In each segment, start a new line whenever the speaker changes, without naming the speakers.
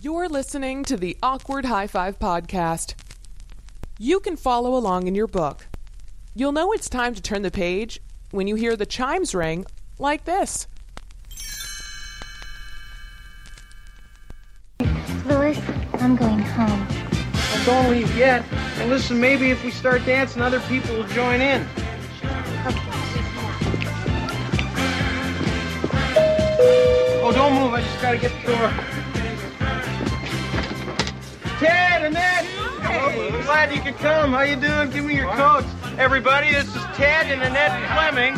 You're listening to the Awkward High Five Podcast. You can follow along in your book. You'll know it's time to turn the page when you hear the chimes ring like this.
Louis, I'm going home.
Don't leave yet. And listen, maybe if we start dancing, other people will join in. Oh, don't move. I just gotta get the door. Ted, Annette! Hey, glad you could come. How you doing? Give me your coats. Everybody, this is Ted and Annette Fleming.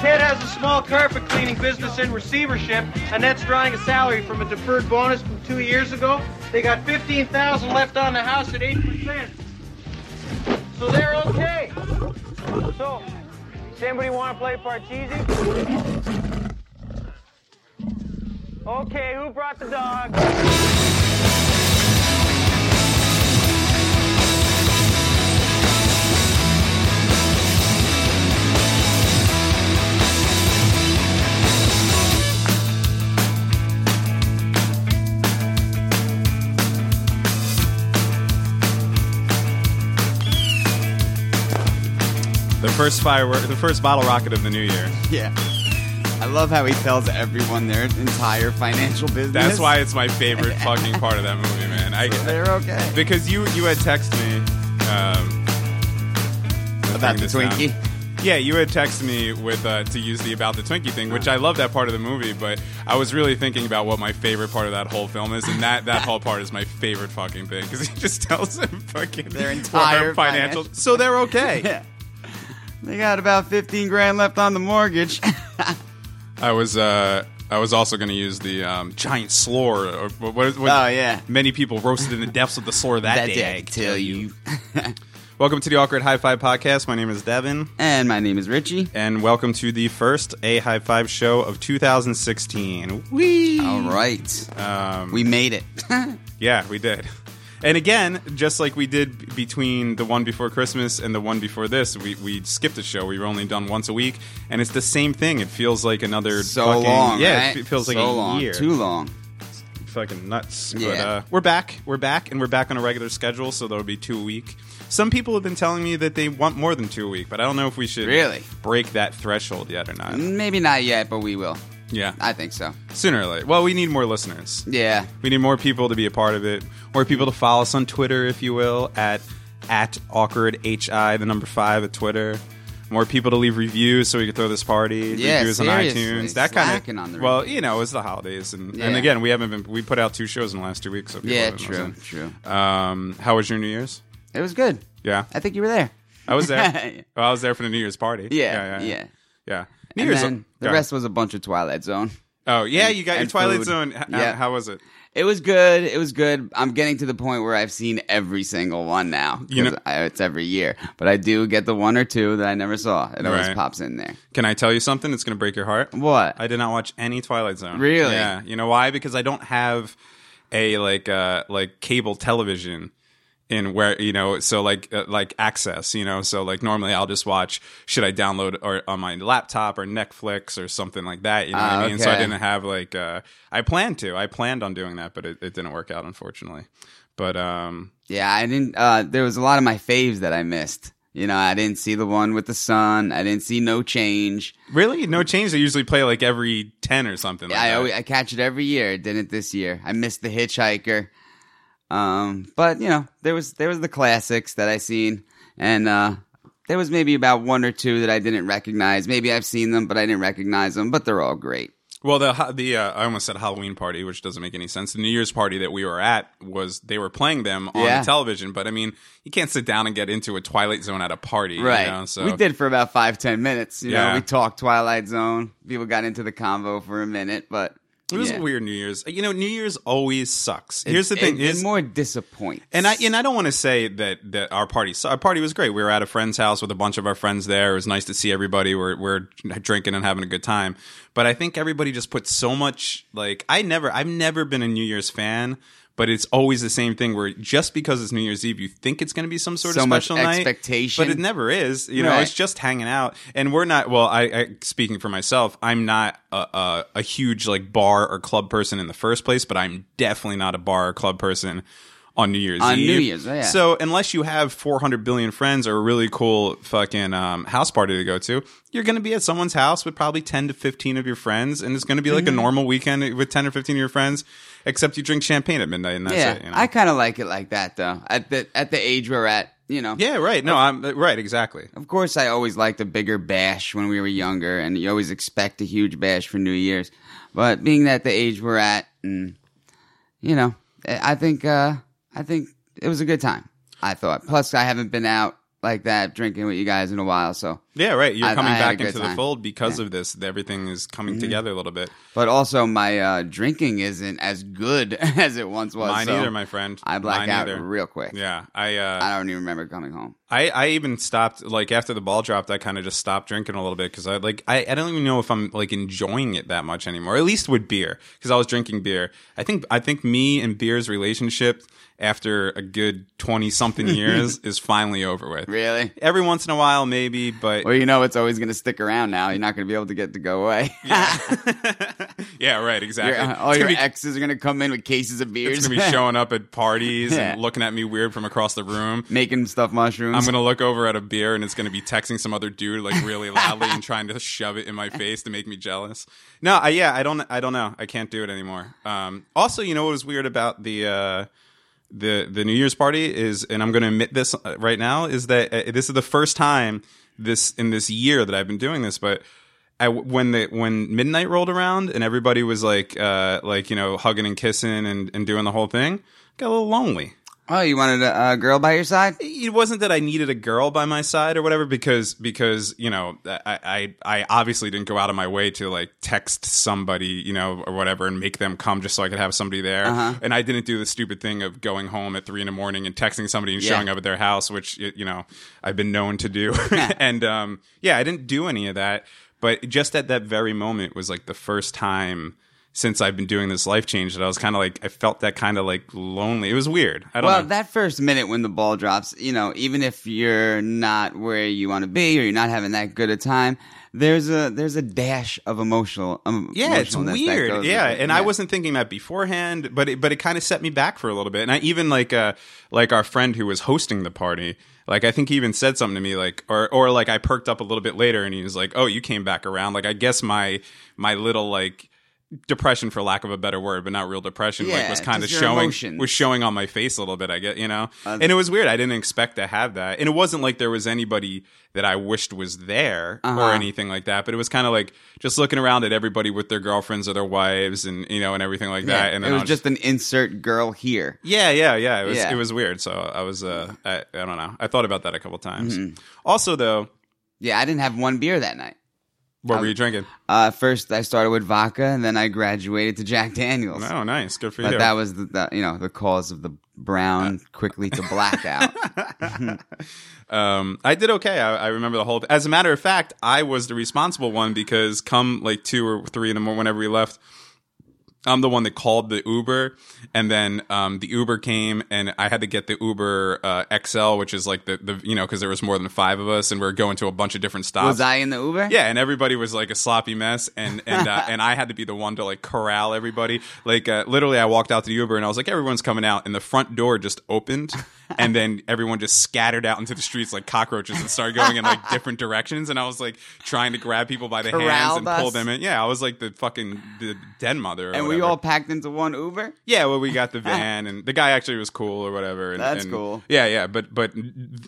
Ted has a small carpet cleaning business in receivership, and that's drawing a salary from a deferred bonus from two years ago. They got fifteen thousand left on the house at eight percent, so they're okay. So, does anybody want to play Parcheesi? Okay, who brought the dog?
The first firework, the first bottle rocket of the new year.
Yeah. I love how he tells everyone their entire financial business.
That's why it's my favorite fucking part of that movie, man. I
they're okay.
because you you had texted me um, let's bring
About the
this down.
Twinkie.
Yeah, you had texted me with uh, to use the about the Twinkie thing, which I love that part of the movie. But I was really thinking about what my favorite part of that whole film is, and that that whole part is my favorite fucking thing because he just tells them fucking
Their
what
entire
financial,
financial-
so they're okay.
Yeah. They got about 15 grand left on the mortgage.
I was uh, I was also going to use the um, giant slore. Or what, what, what-
Oh, yeah.
many people roasted in the depths of the slore that,
That
day.
day I
I
could tell you.
Welcome to the awkward high five podcast. My name is Devin,
and my name is Richie.
and welcome to the first a high five show of 2016. Whee!
All right.
Um,
we made it.
yeah, we did. And again, just like we did b- between the one before Christmas and the one before this, we, we skipped a show. We were only done once a week, and it's the same thing. It feels like another
so
fucking,
long.
Yeah,
right?
it feels like
so
a
long.
year.
Too long.
fucking nuts. But
Yeah.
uh, we're back. We're back, and we're back on a regular schedule, so that'll be two a week. Some people have been telling me that they want more than two a week, but I don't know if we should
Really?
break that threshold yet or not.
Maybe not yet, but we will.
Yeah,
I think so.
sooner or later. Well, we need more listeners.
Yeah.
We need more people to be a part of it, more people to follow us on Twitter, if you will, at at awkward hi the number five at Twitter. More people to leave reviews so we can throw this party.
Yeah,
reviews
seriously,
on iTunes. That kind
slacking on
of
the
well, you know, it's the holidays, and, and
Yeah.
again, we haven't been. We put out two shows in the last two weeks. So people
Yeah,
haven't
true,
listened.
true.
Um, how was your New Year's?
It was good.
Yeah,
I think you were there.
I was there. well, I was there for the New Year's party.
Yeah. Yeah.
yeah. New
And
Year's.
then the
Go.
rest was a bunch of Twilight Zone.
Oh yeah, you got your
and
Twilight
food.
Zone. H-
Yeah.
How, how was it?
It was good. It was good. I'm getting to the point where I've seen every single one now.
You know-
'Cause I, it's every year, but I do get the one or two that I never saw. It always
Right.
pops in there.
Can I tell you something? It's going to break your heart.
What?
I did not watch any Twilight Zone.
Really?
Yeah. You know why? Because I don't have a like uh like cable television in where you know so like uh, like access you know so like normally I'll just watch should I download or on my laptop or Netflix or something like that you know what
Ah,
I mean so I
okay.
didn't have like uh I planned to I planned on doing that but it, it didn't work out unfortunately but um
yeah, I didn't. Uh, there was a lot of my faves that I missed. You know, I didn't see the one with the sun. I didn't see No Change.
really no change they usually play like every 10 or something like
Hmm. I
that.
always, I catch it every year. It Didn't this year? I missed the Hitchhiker. Um, but you know, there was there was the classics that I seen, and uh, there was maybe about one or two that I didn't recognize. Maybe I've seen them, but I didn't recognize them. But they're all great.
Well, the ha- the uh, I almost said Halloween party, which doesn't make any sense. The New Year's party that we were at was they were playing them on
Yeah.
the television, but I mean, you can't sit down and get into a Twilight Zone at a party, you
Right.
know, so
We did for about five ten minutes. You
Yeah.
know, we talked Twilight Zone. People got into the convo for a minute, but
It was
yeah.
a weird New Year's. You know, New Year's always sucks. Here's the thing:
It, it
is-
more disappoints.
And I and I don't want to say that that our party so our party was great. We were at a friend's house with a bunch of our friends there. It was nice to see everybody. We're we're drinking and having a good time. But I think everybody just puts so much like I never I've never been a New Year's fan, but it's always the same thing where just because it's New Year's Eve, you think it's going to be some sort
So
of
much
special night,
expectation.
but it never is. You know,
Right.
it's just hanging out, and we're not. Well, I, I speaking for myself, I'm not a, a, a huge like bar or club person in the first place, but I'm definitely not a bar or club person on New Year's
On
Eve.
New Year's, yeah.
So unless you have 400 billion friends or a really cool fucking um, house party to go to, you're going to be at someone's house with probably 10 to 15 of your friends, and it's going to be like
Mm-hmm.
a normal weekend with 10 or 15 of your friends, except you drink champagne at midnight, and that's
yeah,
it. You know?
I kind of like it like that though. At the at the age we're at, you know.
yeah, right. No, I'm right. Exactly.
Of course, I always liked a bigger bash when we were younger, and you always expect a huge bash for New Year's. But being that the age we're at, and you know, I I think uh, I think it was a good time. I thought. Plus, I haven't been out like that drinking with you guys in a while, so.
Yeah, right. You're
I-
coming
I had a
back
good
into the
time. Mm-hmm.
fold because of this. Everything is coming together a little bit.
But also, my uh, drinking isn't as good as it once was.
Mine
so
either, my friend.
I black
Mine
out
either.
real quick.
Yeah, I, uh,
I don't even remember coming home.
I, I even stopped like after the ball dropped. I kind of just stopped drinking a little bit because I like I, I don't even know if I'm like enjoying it that much anymore. At least with beer because I was drinking beer. I think I think me and beer's relationship after a good twenty something years is finally over with.
Really?
Every once in a while, maybe, but
Well, you know, it's always going to stick around. Now you're not going to be able to get to go away.
yeah, right,
Your- uh,
exactly.
all
It's
your
gonna be-
exes are going to come in with cases of beers.
It's gonna be showing up at parties
Yeah.
and looking at me weird from across the room.
Making stuff mushrooms.
I'm gonna look over at a beer and it's gonna be texting some other dude like really loudly and trying to shove it in my face to make me jealous. No, I, yeah, I don't, I don't know, I can't do it anymore. Um, also, you know what was weird about the uh, the the New Year's party is, and I'm gonna admit this uh, right now, is that uh, this is the first time this in this year that I've been doing this, but. I, when the when midnight rolled around and everybody was like uh like you know hugging and kissing and, and doing the whole thing got a little lonely
Oh, you wanted a, a girl by your side?
it wasn't that I needed a girl by my side or whatever because because you know I, I I obviously didn't go out of my way to like text somebody you know or whatever and make them come just so I could have somebody there
Uh-huh.
and I didn't do the stupid thing of going home at three in the morning and texting somebody and
Yeah.
showing up at their house which y- you know I've been known to do and um yeah I didn't do any of that but just at that very moment was like the first time. Since I've been doing this life change, that I was kind of like I felt that kind of like lonely. It was weird. I don't
Well,
know.
that first minute when the ball drops, you know, even if you're not where you want to be or you're not having that good a time, there's a there's a dash of emotional. Um,
Yeah, it's
emotionalness that
weird.
goes
Yeah,
with it.
and I wasn't thinking that beforehand, but it, but it kind of set me back for a little bit. And I even like uh like our friend who was hosting the party, like I think he even said something to me like or or like I perked up a little bit later and he was like, "Oh, you came back around." Like I guess my my little like depression for lack of a better word but not real depression like
Yeah,
was kind of
just your
showing
emotions.
was showing on my face a little bit i get you know and it was weird i didn't expect to have that and it wasn't like there was anybody that i wished was there
Uh-huh.
or anything like that but it was kind of like just looking around at everybody with their girlfriends or their wives and you know and everything like
Yeah,
that and
it
then I
was just an insert girl here.
yeah, yeah, yeah. It was
Yeah.
it was weird. So I was uh I, I don't know. I thought about that a couple times.
Mm-hmm.
Also though,
Yeah, I didn't have one beer that night.
what were you drinking?
Uh, first, I started with vodka, and then I graduated to Jack Daniels.
Oh, nice. Good for
But
you.
that was the, the you know the cause of the brown quickly to blackout.
Um, I did okay. I, I remember the whole. As a matter of fact, I was the responsible one because come like two or three in the morning, whenever we left, I'm the one that called the Uber, and then um, the Uber came, and I had to get the Uber uh, XL, which is like the the you know because there was more than five of us, and we are going to a bunch of different stops.
was I in the Uber?
Yeah, and everybody was like a sloppy mess, and and uh, and I had to be the one to like corral everybody. Like uh, literally, I walked out to the Uber and I was like, everyone's coming out, and the front door just opened, and then everyone just scattered out into the streets like cockroaches and started going in like different directions, and I was like trying to grab people by the hands
Corralled
and pull
us.
them in. Yeah, I was like the fucking the den mother. Or
and we
whatever.
all packed into one Uber.
Yeah, well, we got the van, and the guy actually was cool or whatever. And,
Ah. That's
and-
cool.
Yeah, yeah, but but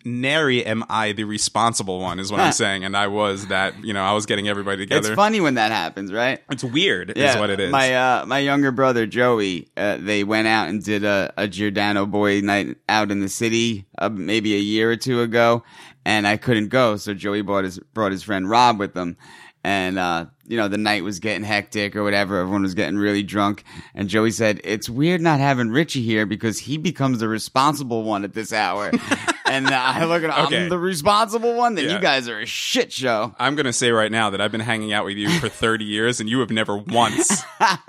nary am I the responsible one, is what I'm saying, and I was that. You know, I was getting everybody together.
It's funny when that happens, right?
It's weird, is what it is.
My uh, my younger brother Joey, uh, they went out and did a, a Giordano boy night out in the city, uh, maybe a year or two ago, and I couldn't go, so Joey brought his brought his friend Rob with them, and uh, you know the night was getting hectic or whatever. Everyone was getting really drunk, and Joey said, "It's weird not having Richie here because he becomes the responsible one at this hour." and uh, I look at
Okay.
I'm the responsible one. Then
Yeah.
you guys are a shit show.
I'm going to say right now that I've been hanging out with you for 30 years and you have never once,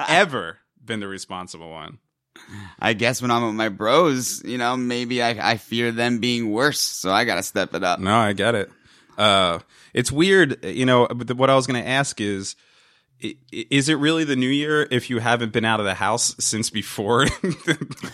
ever been the responsible one.
I guess when I'm with my bros, you know, maybe I, I fear them being worse, so I gotta step it up.
No, I get it. Uh, it's weird, you know. But the, what I was going to ask is, i- i- is it really the new year if you haven't been out of the house since before?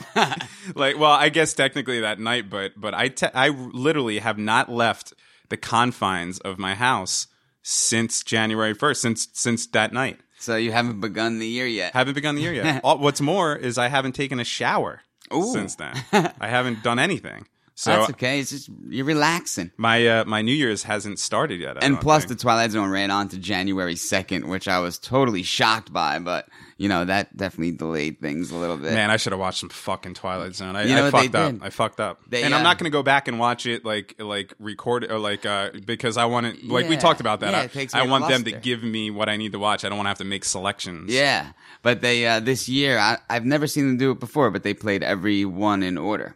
like, well, I guess technically that night, but but I te- I literally have not left the confines of my house since January first, since since that night.
So you haven't begun the year yet.
Haven't begun the year yet. All, what's more is I haven't taken a shower
Ooh.
since then. I haven't done anything. So
That's okay. It's just you're relaxing.
my uh, my New Year's hasn't started yet. I
And
don't
plus,
think.
the Twilight Zone ran on to January second, which I was totally shocked by. But you know, that definitely delayed things a little bit.
Man, I should have watched some fucking Twilight Zone. I,
You know
I
what they
fucked up.
did?
I fucked up.
They,
and I'm
uh,
not going to go back and watch it like like record or like uh because I want to like we
Yeah.
talked about that.
Yeah,
I,
it takes
I
away the
want them to
luster.
give me what I need to watch. I don't want to have to make selections.
Yeah, but they uh, this year I, I've never seen them do it before, but they played every one in order.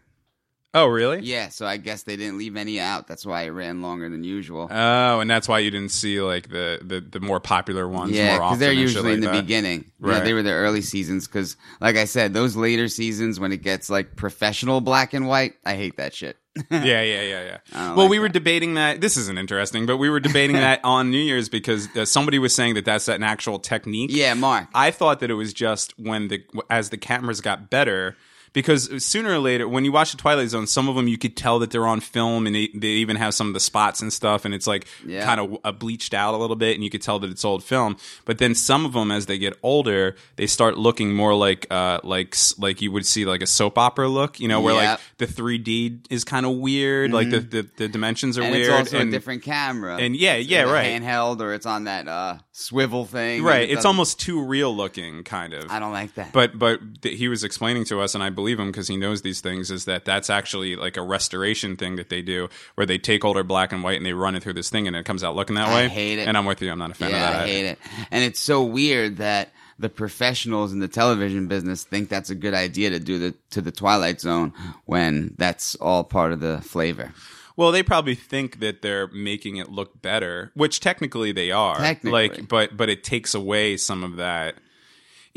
Oh, really?
Yeah, so I guess they didn't leave any out. That's why it ran longer than usual.
Oh, and that's why you didn't see like the the, the more popular ones
yeah,
more often.
they're
and shit
usually in the
like that.
beginning. Right,
Right.
they were the early seasons because, like I said, those later seasons when it gets like professional black and white, I hate that shit.
yeah, yeah, yeah, yeah. Well,
don't like
we were debating that. This isn't interesting, but we were debating that on New Year's because uh, somebody was saying that that's an actual technique.
yeah, Mark.
I thought that it was just when the as the cameras got better because sooner or later when you watch the Twilight Zone, some of them you could tell that they're on film and they, they even have some of the spots and stuff, and it's like
Yeah.
kind of uh, bleached out a little bit, and you could tell that it's old film. But then some of them, as they get older, they start looking more like uh like s- like you would see like a soap opera look, you know, where
Yeah.
like the 3D is kind of weird, like the, the the dimensions are
Mm-hmm. and
weird,
it's also
and
a different camera.
and yeah,
It's
yeah,
either
right.
Handheld or it's on that uh, swivel thing. and
right.
it
It's
doesn't-
almost too real looking, kind of.
I don't like that.
but but th- he was explaining to us and i believe him because he knows these things is that that's actually like a restoration thing that they do where they take older black and white and they run it through this thing and it comes out looking that
I
way
hate it.
and i'm with you i'm not a fan
Yeah,
of that
I
either.
hate it. And it's so weird that the professionals in the television business think that's a good idea to do the to the Twilight Zone when that's all part of the flavor.
well they probably think that they're making it look better which technically they are
Technically.
like but but it takes away some of that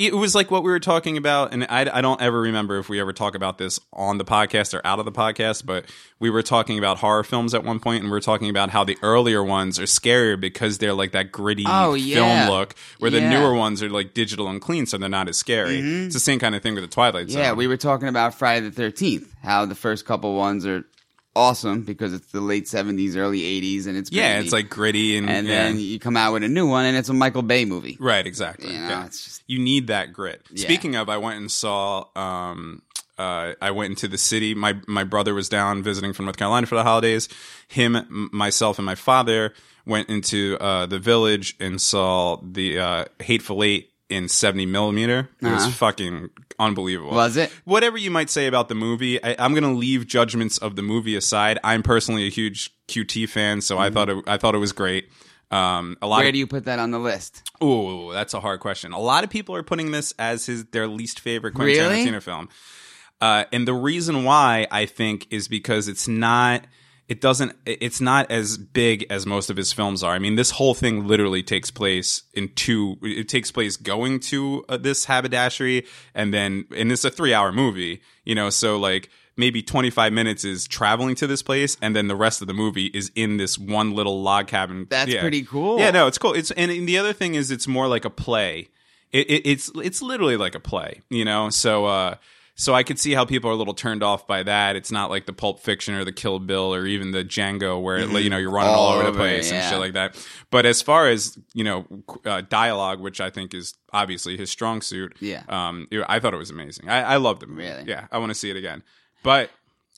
it was like what we were talking about and I, I don't ever remember if we ever talk about this on the podcast or out of the podcast but we were talking about horror films at one point and we were talking about how the earlier ones are scarier because they're like that gritty
Oh, yeah.
film look where the
Yeah. Mm-hmm.
newer ones are like digital and clean so they're not as scary it's the same kind of thing with the twilight zone
Yeah, we were talking about Friday the Thirteenth, how the first couple ones are awesome because it's the late seventies, early eighties, and it's
yeah
gritty.
it's like gritty and,
and
yeah.
then you come out with a new one, and it's a Michael Bay movie.
Right, exactly.
You know,
yeah.
it's just-
you need that grit.
Yeah.
Speaking of, I went and saw. Um, uh, I went into the city. My my brother was down visiting from North Carolina for the holidays. Him, m- myself, and my father went into uh, the village and saw the uh, Hateful Eight in seventy millimeter. It was fucking unbelievable.
Uh-huh. Was it?
Whatever you might say about the movie, I, I'm going to leave judgments of the movie aside. I'm personally a huge QT fan, so I thought it, I thought it was great. Um, a lot
Mm-hmm. Where
of,
do you put that on the list?
Ooh, that's a hard question. A lot of people are putting this as his their least favorite Quentin
Really?
Tarantino film, uh, and the reason why I think is because it's not. It doesn't. It's not as big as most of his films are. I mean, this whole thing literally takes place in two. It takes place going to uh, this haberdashery, and then and it's a three-hour movie. You know, so like maybe 25 minutes is traveling to this place, and then the rest of the movie is in this one little log cabin.
That's
Yeah.
pretty cool.
Yeah, no, it's cool. It's and, and the other thing is it's more like a play. It, it, it's it's literally like a play, you know. So uh, so I could see how people are a little turned off by that. It's not like the Pulp Fiction or the Kill Bill or even the Django where like, you know you're running all,
Mm-hmm. All
over, the
over it,
place and
yeah.
shit like that. But as far as you know, qu- uh, dialogue, which I think is obviously his strong suit.
Yeah.
Um, you know, I thought it was amazing. I, I loved it.
Really?
Yeah, I want to see it again, but.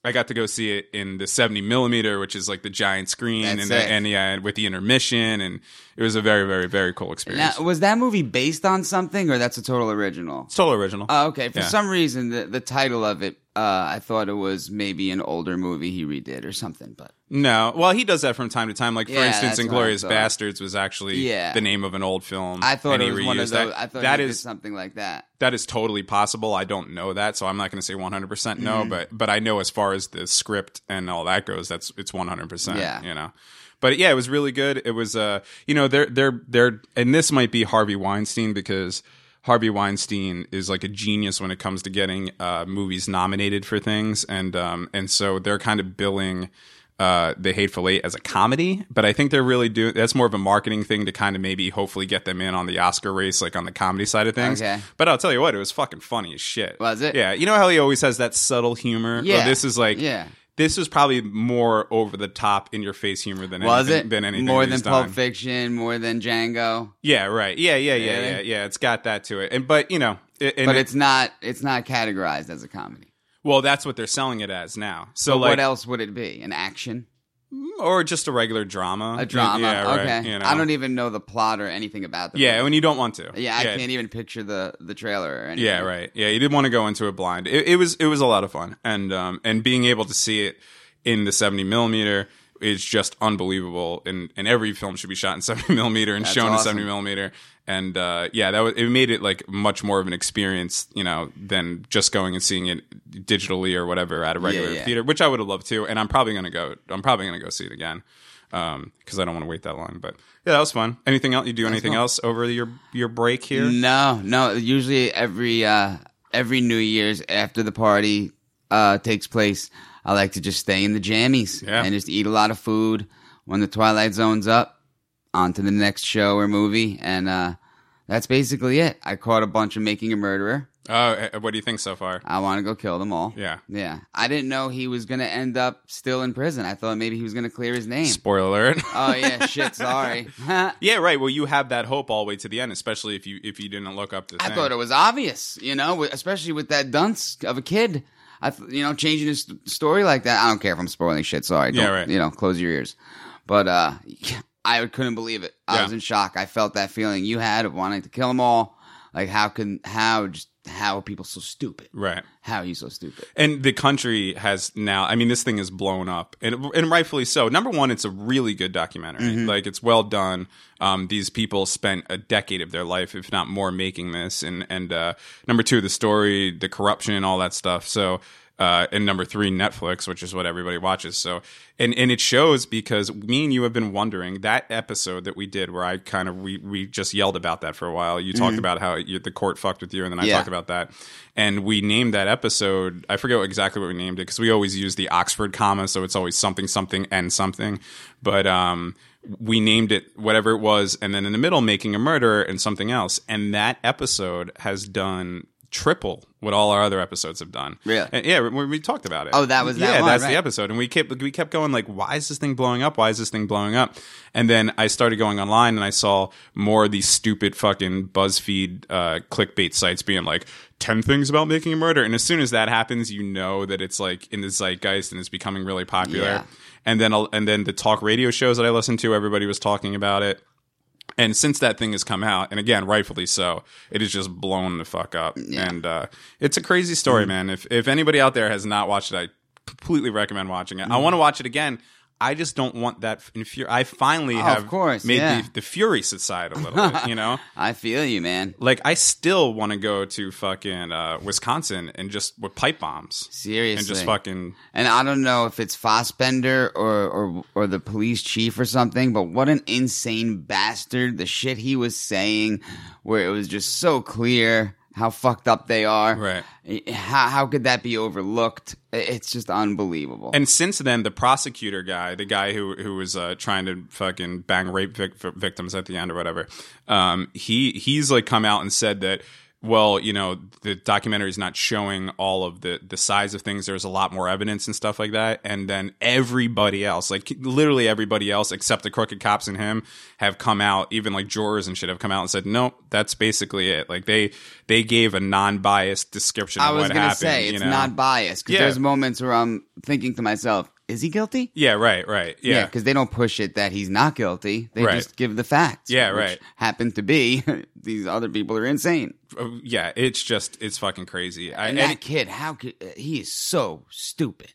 I got to go see it in the 70 millimeter, which is like the giant screen,
That's
and,
sick.
the, and yeah, and with the intermission, and it was a very, very, very cool
Now,
experience.
was that movie based on something, or that's a total original?
it's total original.
Oh, okay. For
Yeah.
some reason, the, the title of it uh, I thought it was maybe an older movie he redid or something. But
No, well, he does that from time to time. Like for
Yeah,
instance,
that's what I
Inglorious
thought.
Bastards was actually
Yeah.
the name of an old film.
I thought
and
it
he
was one of
reused
those.
that.
I thought
that
he did
is
something like that.
that is totally possible. I don't know that, so I'm not going to say 100 percent no, but but I know as far as the script and all that goes, that's it's 100 percent.
Yeah.
you know. But yeah, it was really good. It was uh, you know, they're they're they're, and this might be Harvey Weinstein because. Harvey Weinstein is like a genius when it comes to getting uh, movies nominated for things, and um, and so they're kind of billing uh, the Hateful Eight as a comedy, but I think they're really doing that's more of a marketing thing to kind of maybe hopefully get them in on the Oscar race, like on the comedy side of things.
Okay.
But I'll tell you what, it was fucking funny as shit.
Was it?
Yeah. You know how he always has that subtle humor? Well,
Yeah.
this is like
Yeah.
This is probably more over the top in your face humor than
Was
anything,
it
than anything
more
that
than
he's
Pulp
done.
Fiction? More than Django?
Yeah, right. Yeah, yeah, yeah,
Really?
yeah, yeah. It's got that to it, and but you know, it, and
but
it-
it's not. It's not categorized as a comedy.
well, that's what they're selling it as now. So
But
like,
what else would it be? An action?
or just a regular drama,
A drama?
Yeah, right,
okay.
you know.
I don't even know the plot or anything about the.
Yeah,
movie.
when you don't want to.
Yeah, I can't even picture the the trailer or anything.
Yeah, right. Yeah, you didn't want to go into it blind. It, it was it was a lot of fun, and um and being able to see it in the seventy millimeter is just unbelievable. And and every film should be shot in seventy millimeter and
That's
shown in
awesome.
seventy millimeter. And uh, yeah, that was, it made it like much more of an experience, you know, than just going and seeing it digitally or whatever at a regular
yeah.
theater, which I would have loved to. And I'm probably gonna go. I'm probably gonna go see it again. Um, because I don't want to wait that long, but yeah, that was fun. Anything else? You do anything else over your your break here?
No, no. Usually every uh every New Year's after the party uh takes place, I like to just stay in the jammies
Yeah.
and just eat a lot of food. When the Twilight Zone's up, on to the next show or movie, and uh that's basically it. I caught a bunch of Making a Murderer.
Uh, what do you think so far?
I want to go kill them all.
Yeah.
yeah. I didn't know he was gonna end up still in prison. I thought maybe he was gonna clear his name.
Spoiler alert.
oh yeah, shit. Sorry.
yeah, right. Well, you have that hope all the way to the end, especially if you if you didn't look up the
I
thing.
thought it was obvious, you know, wi- especially with that dunce of a kid. I, th- you know, changing his st- story like that. I don't care if I'm spoiling shit. Sorry,
Yeah,
Don't-
right.
You know, close your ears. But uh I couldn't believe it. I
Yeah.
was in shock. I felt that feeling you had of wanting to kill them all. Like, how can how just how are people so stupid?
right.
How are you so stupid?
And the country has now. I mean, this thing is blown up, and and rightfully so. Number one, it's a really good documentary. Like it's well done. Um, these people spent a decade of their life, if not more, making this. And and uh, number two, the story, the corruption, and all that stuff. So. Uh, and number three, Netflix, which is what everybody watches. So, and and it shows because me and you have been wondering that episode that we did where I kind of we we just yelled about that for a while. You talked about how you, the court fucked with you, and then I
Yeah.
talked about about that. And we named that episode, I forget exactly what we named it because we always use the Oxford comma, so it's always something, something, and something. But um, we named it whatever it was, and then in the middle, making a murderer and something else. And that episode has done triple what all our other episodes have done.
Really?
And, yeah, we, we talked about it.
Oh, that was that
yeah,
one,
that's
right.
the episode, and we kept we kept going like, why is this thing blowing up? Why is this thing blowing up? And then I started going online and I saw more of these stupid fucking BuzzFeed uh, clickbait sites being like. 10 things about making a murder and as soon as that happens you know that it's like in the zeitgeist and it's becoming really popular
Yeah.
and then I'll, and then the talk radio shows that i listened to everybody was talking about it and since that thing has come out, and again, rightfully so, it has just blown the fuck up. And uh, it's a crazy
Mm.
story, man. If if anybody out there has not watched it, I completely recommend watching it. I
Mm.
want to watch it again. I just don't want that. Infuri- I finally
of
have
course,
made
yeah.
the, the fury subside a little bit, you know?
I feel you, man.
Like, I still want to go to fucking uh, Wisconsin and just with pipe bombs.
Seriously.
And just fucking.
And I don't know if it's Fossbender or, or or the police chief or something, but what an insane bastard! The shit he was saying, where it was just so clear how fucked up they are.
Right.
Eh, How how could that be overlooked? I- It's just unbelievable.
And since then, the prosecutor guy, the guy who who was uh, trying to fucking bang rape vic- victims at the end or whatever, um, he he's like come out and said that. Well, you know, the documentary is not showing all of the the size of things. There's a lot more evidence and stuff like that. And then everybody else, like literally everybody else except the crooked cops and him, have come out. Even like jurors and shit have come out and said, no, that's basically it. Like they they gave a non biased description.
I
of
was
what
gonna
happened,
say
you
it's
know?
not biased because
Yeah.
there's moments where I'm thinking to myself, is he guilty?
Yeah, right, right. Yeah.
because they don't push it that he's not guilty. They
Right.
just give the facts.
Yeah,
which
right.
Happen to be these other people are insane.
Uh, yeah, it's just it's fucking crazy. I,
And
and-
that kid, how could uh, he is so stupid.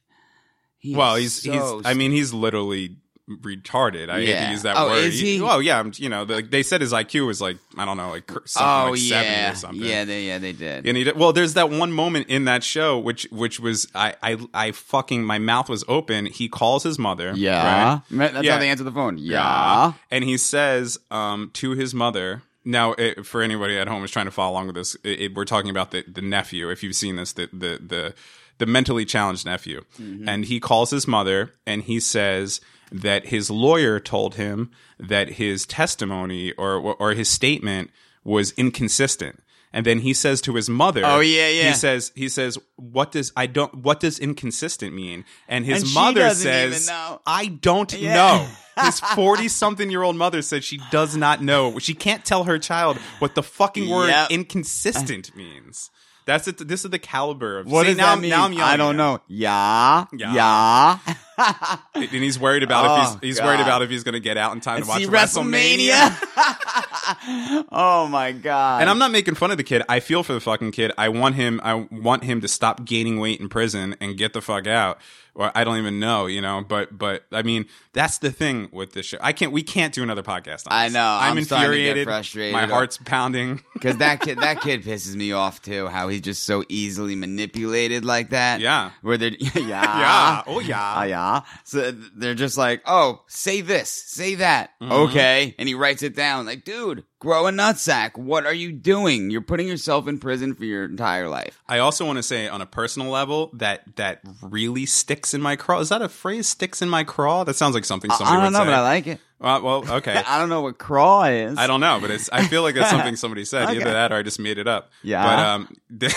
He is
well, he's
so
he's. I mean, he's literally retarded. I hate
Yeah.
to use that
Oh,
word.
is he?
well, yeah. I'm- You know, the, they said his IQ was like I don't know, like cr-
stu-
something
oh
like
yeah,
seventy or something.
yeah, they, yeah, they did.
And he did, well, there's that one moment in that show which which was I I I fucking my mouth was open. He calls his mother.
yeah,
right?
that's
Yeah.
how they answer the phone. Yeah,
And he says um, to his mother. Now, it, for anybody at home who's trying to follow along with this, it, it- we're talking about the, the nephew. If you've seen this, the the the, the mentally challenged nephew,
Mm-hmm.
and he calls his mother and he says that his lawyer told him that his testimony or or his statement was inconsistent. And then he says to his mother,
Oh, yeah, yeah.
He says, "He says, what does I don't what does inconsistent mean?" And his
And she
mother
doesn't even
says,
know.
"I don't
Yeah.
know." His 40 something year old mother said she does not know. She can't tell her child what the fucking word
Yep.
inconsistent means. That's it. This is the caliber of.
What
See,
does
now,
that mean?
Now I'm yelling
I don't
at
know. Yeah,
Yeah.
yeah.
him. And he's worried about if
Oh,
he's he's
God.
worried about if he's going to get out in time to watch
See
WrestleMania.
WrestleMania? oh my god!
And I'm not making fun of the kid. I feel for the fucking kid. I want him. I want him to stop gaining weight in prison and get the fuck out. Or I don't even know, you know. But but I mean, that's the thing with this show. I can't. We can't do another podcast. on
I
this.
know.
I'm,
I'm starting to get
infuriated.
frustrated.
My heart's pounding.
Because that kid, that kid pisses me off too. How he's just so easily manipulated like that.
Yeah.
Where they're yeah
Yeah. Oh, yeah.
Ah, yeah. So they're just like, oh, say this, say that,
Mm-hmm.
okay. And he writes it down. Like, dude, grow a nutsack. What are you doing? You're putting yourself in prison for your entire life.
I also want to say on a personal level that that really sticks in my craw. Is that a phrase? Sticks in my craw. That sounds like something somebody
I don't
would
know,
say.
but I like it.
well, well, okay.
I don't know what crawl is.
I don't know, but it's. I feel like that's something somebody said.
Okay.
Either that or I just made it up.
Yeah.
But um, the,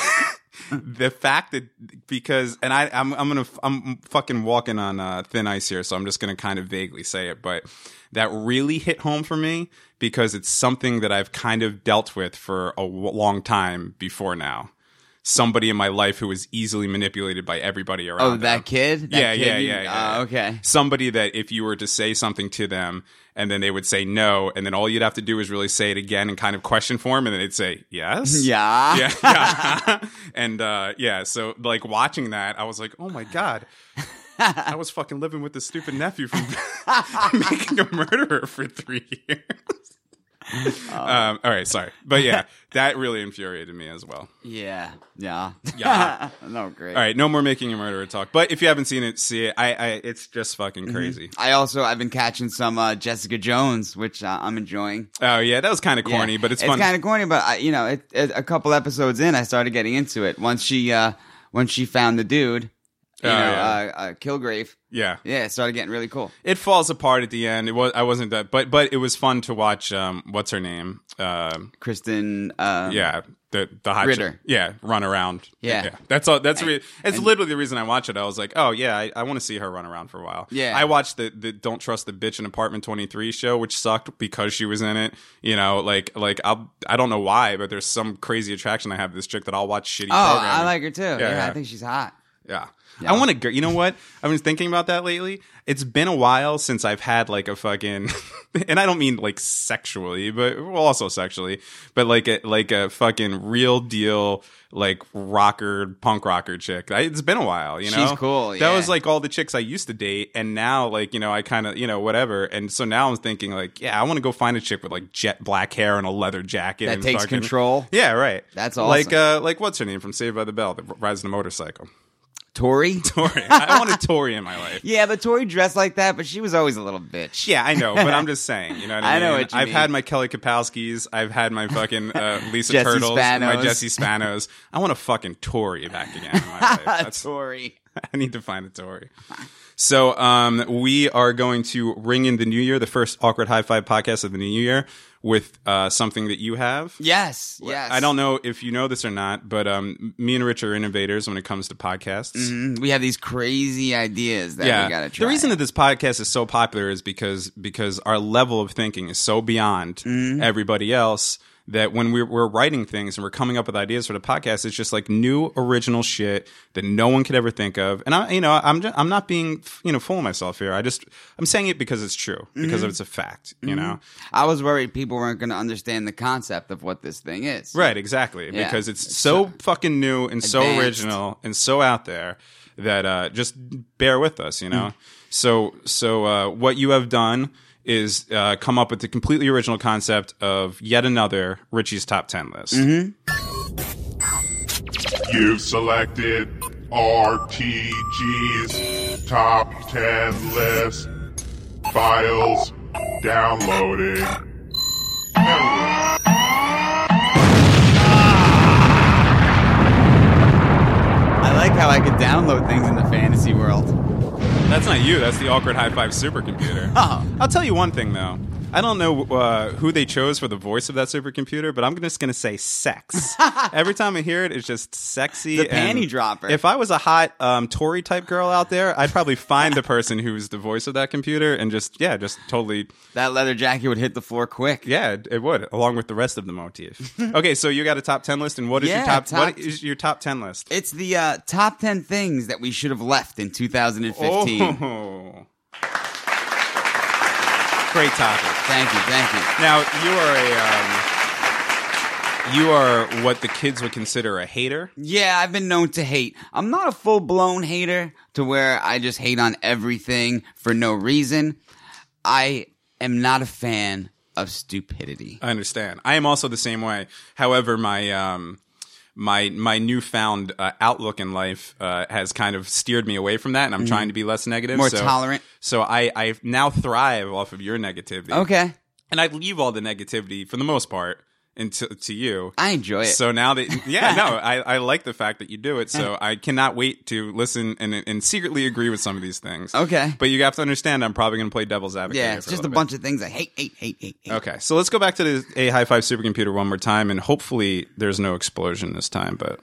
the fact that because and I I'm I'm gonna I'm fucking walking on uh, thin ice here, so I'm just gonna kind of vaguely say it, but that really hit home for me because it's something that I've kind of dealt with for a w- long time before now. Somebody in my life who was easily manipulated by everybody around.
Oh,
them
that kid. That
yeah,
kid
yeah,
you-
yeah, yeah.
Ah, okay.
Somebody that if you were to say something to them and then they would say no, and then all you'd have to do is really say it again in kind of question form, and then they'd say yes.
Yeah.
Yeah. yeah. and uh, yeah, so like watching that, I was like, oh my God. I was fucking living with this stupid nephew from making a murderer for three years.
Oh.
Um, all right, sorry. But yeah, that really infuriated me as well.
Yeah. Yeah.
Yeah.
no, great.
All right, no more making a murderer talk. But if you haven't seen it, see it. I, I it's just
Mm-hmm.
fucking crazy.
I also I've been catching some uh, Jessica Jones, which uh, I'm enjoying.
Oh yeah, that was kind of corny,
Yeah.
but it's, fun.
kind of corny, but I, you know, it, it, a couple episodes in, I started getting into it. Once she uh, once she found the dude, you
Oh,
know,
yeah.
uh, uh, Kilgrave.
yeah,
Yeah, it started getting really cool.
it falls apart at the end. It was I wasn't that, but but it was fun to watch. Um, what's her name? Um,
Kristen. Uh,
yeah, the the hot
Ritter.
chick. Yeah, run around.
Yeah.
that's all. That's re- it's literally the reason I watch it. I was like, oh yeah, I, I want to see her run around for a while.
Yeah.
I watched the, the Don't Trust the Bitch in Apartment Twenty Three show, which sucked because she was in it. You know, like like I I don't know why, but there's some crazy attraction I have to this chick that I'll watch shitty.
Oh, I
programming.
like her too. Yeah,
yeah.
I think she's hot.
Yeah. I want to go. You know what? I've been thinking about that lately. It's been a while since I've had like a fucking, and I don't mean like sexually, but well, also sexually, but like a like a fucking real deal like rocker punk rocker chick. I, it's been a while, you know.
She's cool,
That
yeah.
was like all the chicks I used to date, and now like you know I kind of you know whatever, and so now I'm thinking like yeah I want to go find a chick with like jet black hair and a leather jacket
That
and
takes
fucking-
control.
Yeah, right.
That's
Like uh,
awesome.
like what's her name from Saved by the Bell, the rides the motorcycle.
Tori.
Tory. I want a Tory in my life.
yeah, but Tori dressed like that, but she was always a little bitch.
Yeah, I know, but I'm just saying. You know what I,
I know
mean?
what you
I've
mean.
had my Kelly Kapowskis. I've had my fucking uh, Lisa
Jesse
Turtles. My
Spanos.
Jesse Spanos. I want a fucking Tory back again in my life. That's,
Tori.
I need to find a Tory. So um, we are going to ring in the new year, the first awkward high five podcast of the new year, with uh, something that you have.
Yes. Yes.
I don't know if you know this or not, but um, me and Rich are innovators when it comes to podcasts.
Mm, We have these crazy ideas that we gotta try.
The reason that this podcast is so
Mm-hmm.
popular is because because our level of thinking is so beyond everybody else that when we're, we're writing things and we're coming up with ideas for the podcast, it's just like new original shit that no one could ever think of. And I, you know, I'm just, I'm not being you know full of myself here. I just I'm saying it because it's true because
Mm-hmm.
it's a fact. You know,
I was worried people weren't going to understand the concept of what this thing is.
Right, exactly.
Yeah.
Because it's so fucking new and so
Advanced.
original and so out there that uh, just bear with us, you know. So, so uh, what you have done is uh, come up with the completely original concept of yet another Richie's top ten list.
You've selected RTG's top 10 list. Files downloading.
I like how I could download things in the fantasy world.
That's not you. That's the awkward high five supercomputer.
Oh.
I'll tell you one thing though. I don't know uh, who they chose for the voice of that supercomputer, but I'm just going to say sex. Every time I hear it, it's just sexy.
The
and
panty dropper.
If I was a hot um, Tory type girl out there, I'd probably find the person who's the voice of that computer and just yeah, just totally
That leather jacket would hit the floor quick.
yeah, it, it would along with the rest of the motif. okay, so you got a top ten list, and what is your
Yeah,
top,
top-
what is your top ten list?
It's the uh, top 10 things that we should have left in 2015.
Oh. Great topic.
Thank you, thank you.
Now you are a um, you are what the kids would consider a hater.
Yeah, I've been known to hate. I'm not a full blown hater to where I just hate on everything for no reason. I am not a fan of stupidity.
I understand. I am also the same way. However, my um, my my newfound uh, outlook in life uh, has kind of steered me away from that, and I'm trying to be less negative,
Mm-hmm. More
so,
tolerant.
So I I now thrive off of your negativity.
Okay,
and I leave all the negativity for the most part into to you.
I enjoy it.
So now that yeah, no, I, I like the fact that you do it. So I cannot wait to listen and and secretly agree with some of these things.
Okay.
but you have to understand, I'm probably going to play devil's advocate.
yeah,
here
it's
for
just a
little bit.
bunch of things I hate, hate, hate, hate, hate.
Okay, so let's go back to the A High Five supercomputer one more time, and hopefully there's no explosion this time. But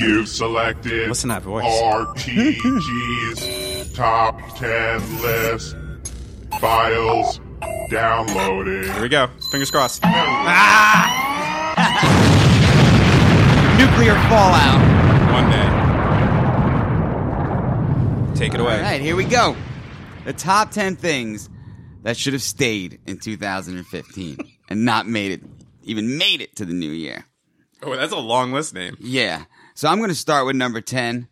You've selected
Listen to that voice.
RTG's top 10 list. Files downloading.
here we go. Fingers crossed.
Nuclear fallout.
One day. Take it away.
All right, here we go. The top 10 things that should have stayed in 2015 and not made it, even made it to the new year.
Oh, that's a long list name.
Yeah. So I'm going to start with number 10,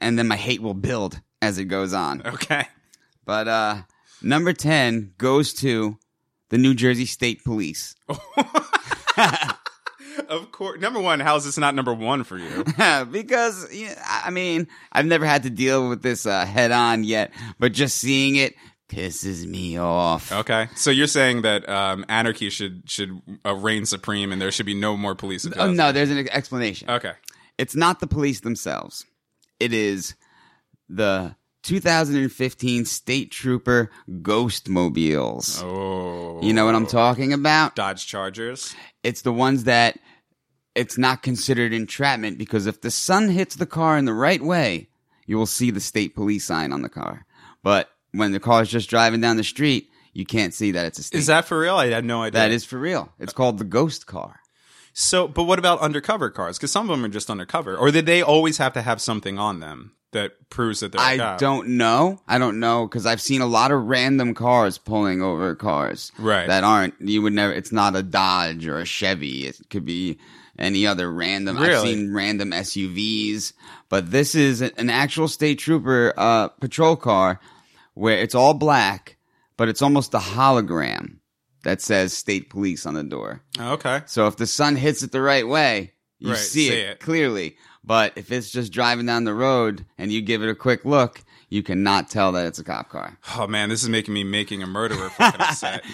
and then my hate will build as it goes on.
Okay.
But uh, number 10 goes to the New Jersey State Police.
Of course. Number one, how is this not number one for you?
because, yeah, I I mean, I've never had to deal with this uh, head on yet, but just seeing it pisses me off.
Okay, so you're saying that um, anarchy should should uh, reign supreme, and there should be no more police. in
Oh,
Gaza.
no, there's an explanation.
Okay.
it's not the police themselves. It is the 2015 state trooper ghost mobiles.
Oh,
You know what I'm talking about?
Dodge Chargers.
It's the ones that it's not considered entrapment because if the sun hits the car in the right way, you will see the state police sign on the car. But when the car is just driving down the street, you can't see that it's a state.
Is that for real? I had no idea.
that is for real. It's called the ghost car.
so. But what about undercover cars? Because some of them are just undercover, or did they always have to have something on them that proves that they're? a
I
cop?
don't know. I don't know because I've seen a lot of random cars pulling over cars.
Right.
That aren't, you would never, it's not a Dodge or a Chevy. It could be any other random. I've
Really?
seen random SUVs, but this is a- an actual state trooper uh, patrol car where it's all black, but it's almost a hologram that says state police on the door.
Oh, Okay.
So if the sun hits it the right way, you
Right,
see,
see
it,
it.
clearly. But if it's just driving down the road and you give it a quick look, you cannot tell that it's a cop car.
Oh man, this is making me making a murderer fucking upset.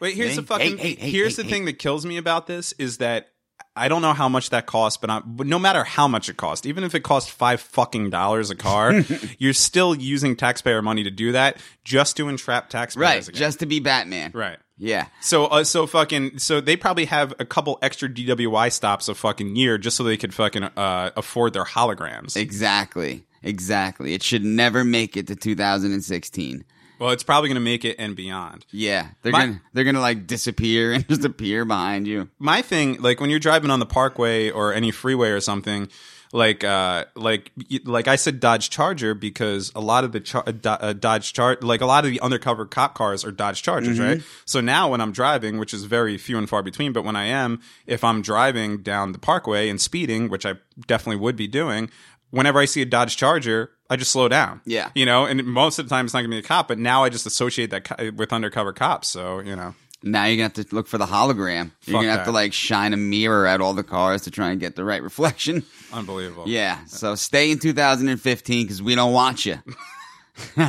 Wait, here's the
Hey,
fucking
hey, hey,
here's
hey,
the
hey.
thing that kills me about this is that I don't know how much that costs, but, I'm, but no matter how much it costs, even if it costs five fucking dollars a car, you're still using taxpayer money to do that just to entrap taxpayers.
Right,
again.
just to be Batman.
right.
Yeah.
So, uh, so fucking, so they probably have a couple extra DWI stops a fucking year just so they could fucking uh, afford their holograms.
Exactly. Exactly. It should never make it to 2016.
Well, it's probably going to make it and beyond.
Yeah, they're
My-
gonna they're gonna like disappear and just appear behind you.
my thing like when you're driving on the parkway or any freeway or something like uh like y- like I said Dodge Charger because a lot of the char- uh, Do- uh, Dodge Char like a lot of the undercover cop cars are Dodge Chargers
Mm-hmm.
right so now when I'm driving which is very few and far between but when I am if I'm driving down the parkway and speeding which I definitely would be doing whenever I see a Dodge Charger I just slow down
Yeah.
you know and most of the time it's not going to be a cop but now I just associate that co- with undercover cops so you know
Now you're gonna have to look for the hologram.
Fuck
You're gonna have
that.
to like shine a mirror at all the cars to try and get the right reflection.
unbelievable
Yeah, so stay in 2015 because we don't want you.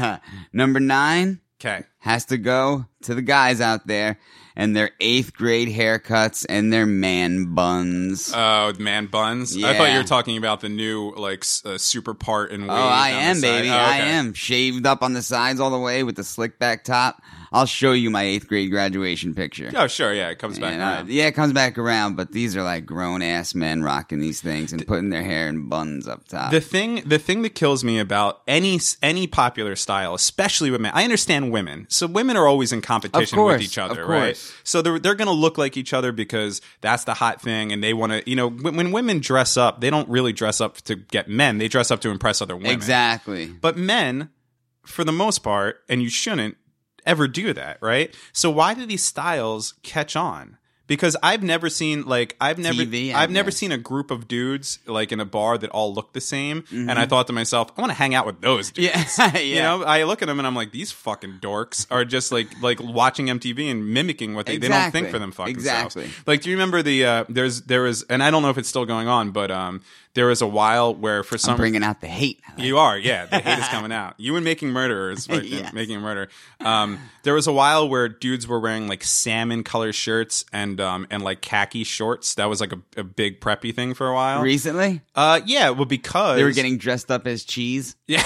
Number nine
okay
has to go to the guys out there and their eighth grade haircuts and their man buns.
Oh, with man buns. I
Yeah.
thought you were talking about the new like s- uh, super part and wig.
Oh, I
on the
am,
side.
baby.
Oh, okay.
I am. Shaved up on the sides all the way with the slick back top. I'll show you my eighth grade graduation picture.
Oh, sure. Yeah, it comes back.
And, uh,
around.
yeah, it comes back around, but these are like grown ass men rocking these things and putting their hair in buns up top.
The thing, the thing that kills me about any s- any popular style, especially with men, I understand women. So women are always in competition
course,
with each
of
other,
course.
right? So they're they're going to look like each other because that's the hot thing, and they want to. You know, when, when women dress up, they don't really dress up to get men. They dress up to impress other women.
exactly.
But men, for the most part, and you shouldn't ever do that, right? So why do these styles catch on? Because I've never seen like I've never
TV, I
I've never
guess.
seen a group of dudes like in a bar that all look the same, and I thought to myself, I want to hang out with those dudes.
Mm-hmm. Yeah, yeah.
You know, I look at them and I'm like, these fucking dorks are just like like watching MTV and mimicking what they, they don't
Exactly.
think for them fucking selves.
Exactly.
Like, do you remember the uh, there's there was and I don't know if it's still going on, but um there was a while where for some
I'm bringing out the hate.
you are, yeah. The hate is coming out. You and making murderers, fucking
Yes.
making a murder. Um, there was a while where dudes were wearing like salmon color shirts and um, and like khaki shorts. That was like a, a big preppy thing for a while.
Recently,
uh, yeah, well, because
they were getting dressed up as cheese.
yeah.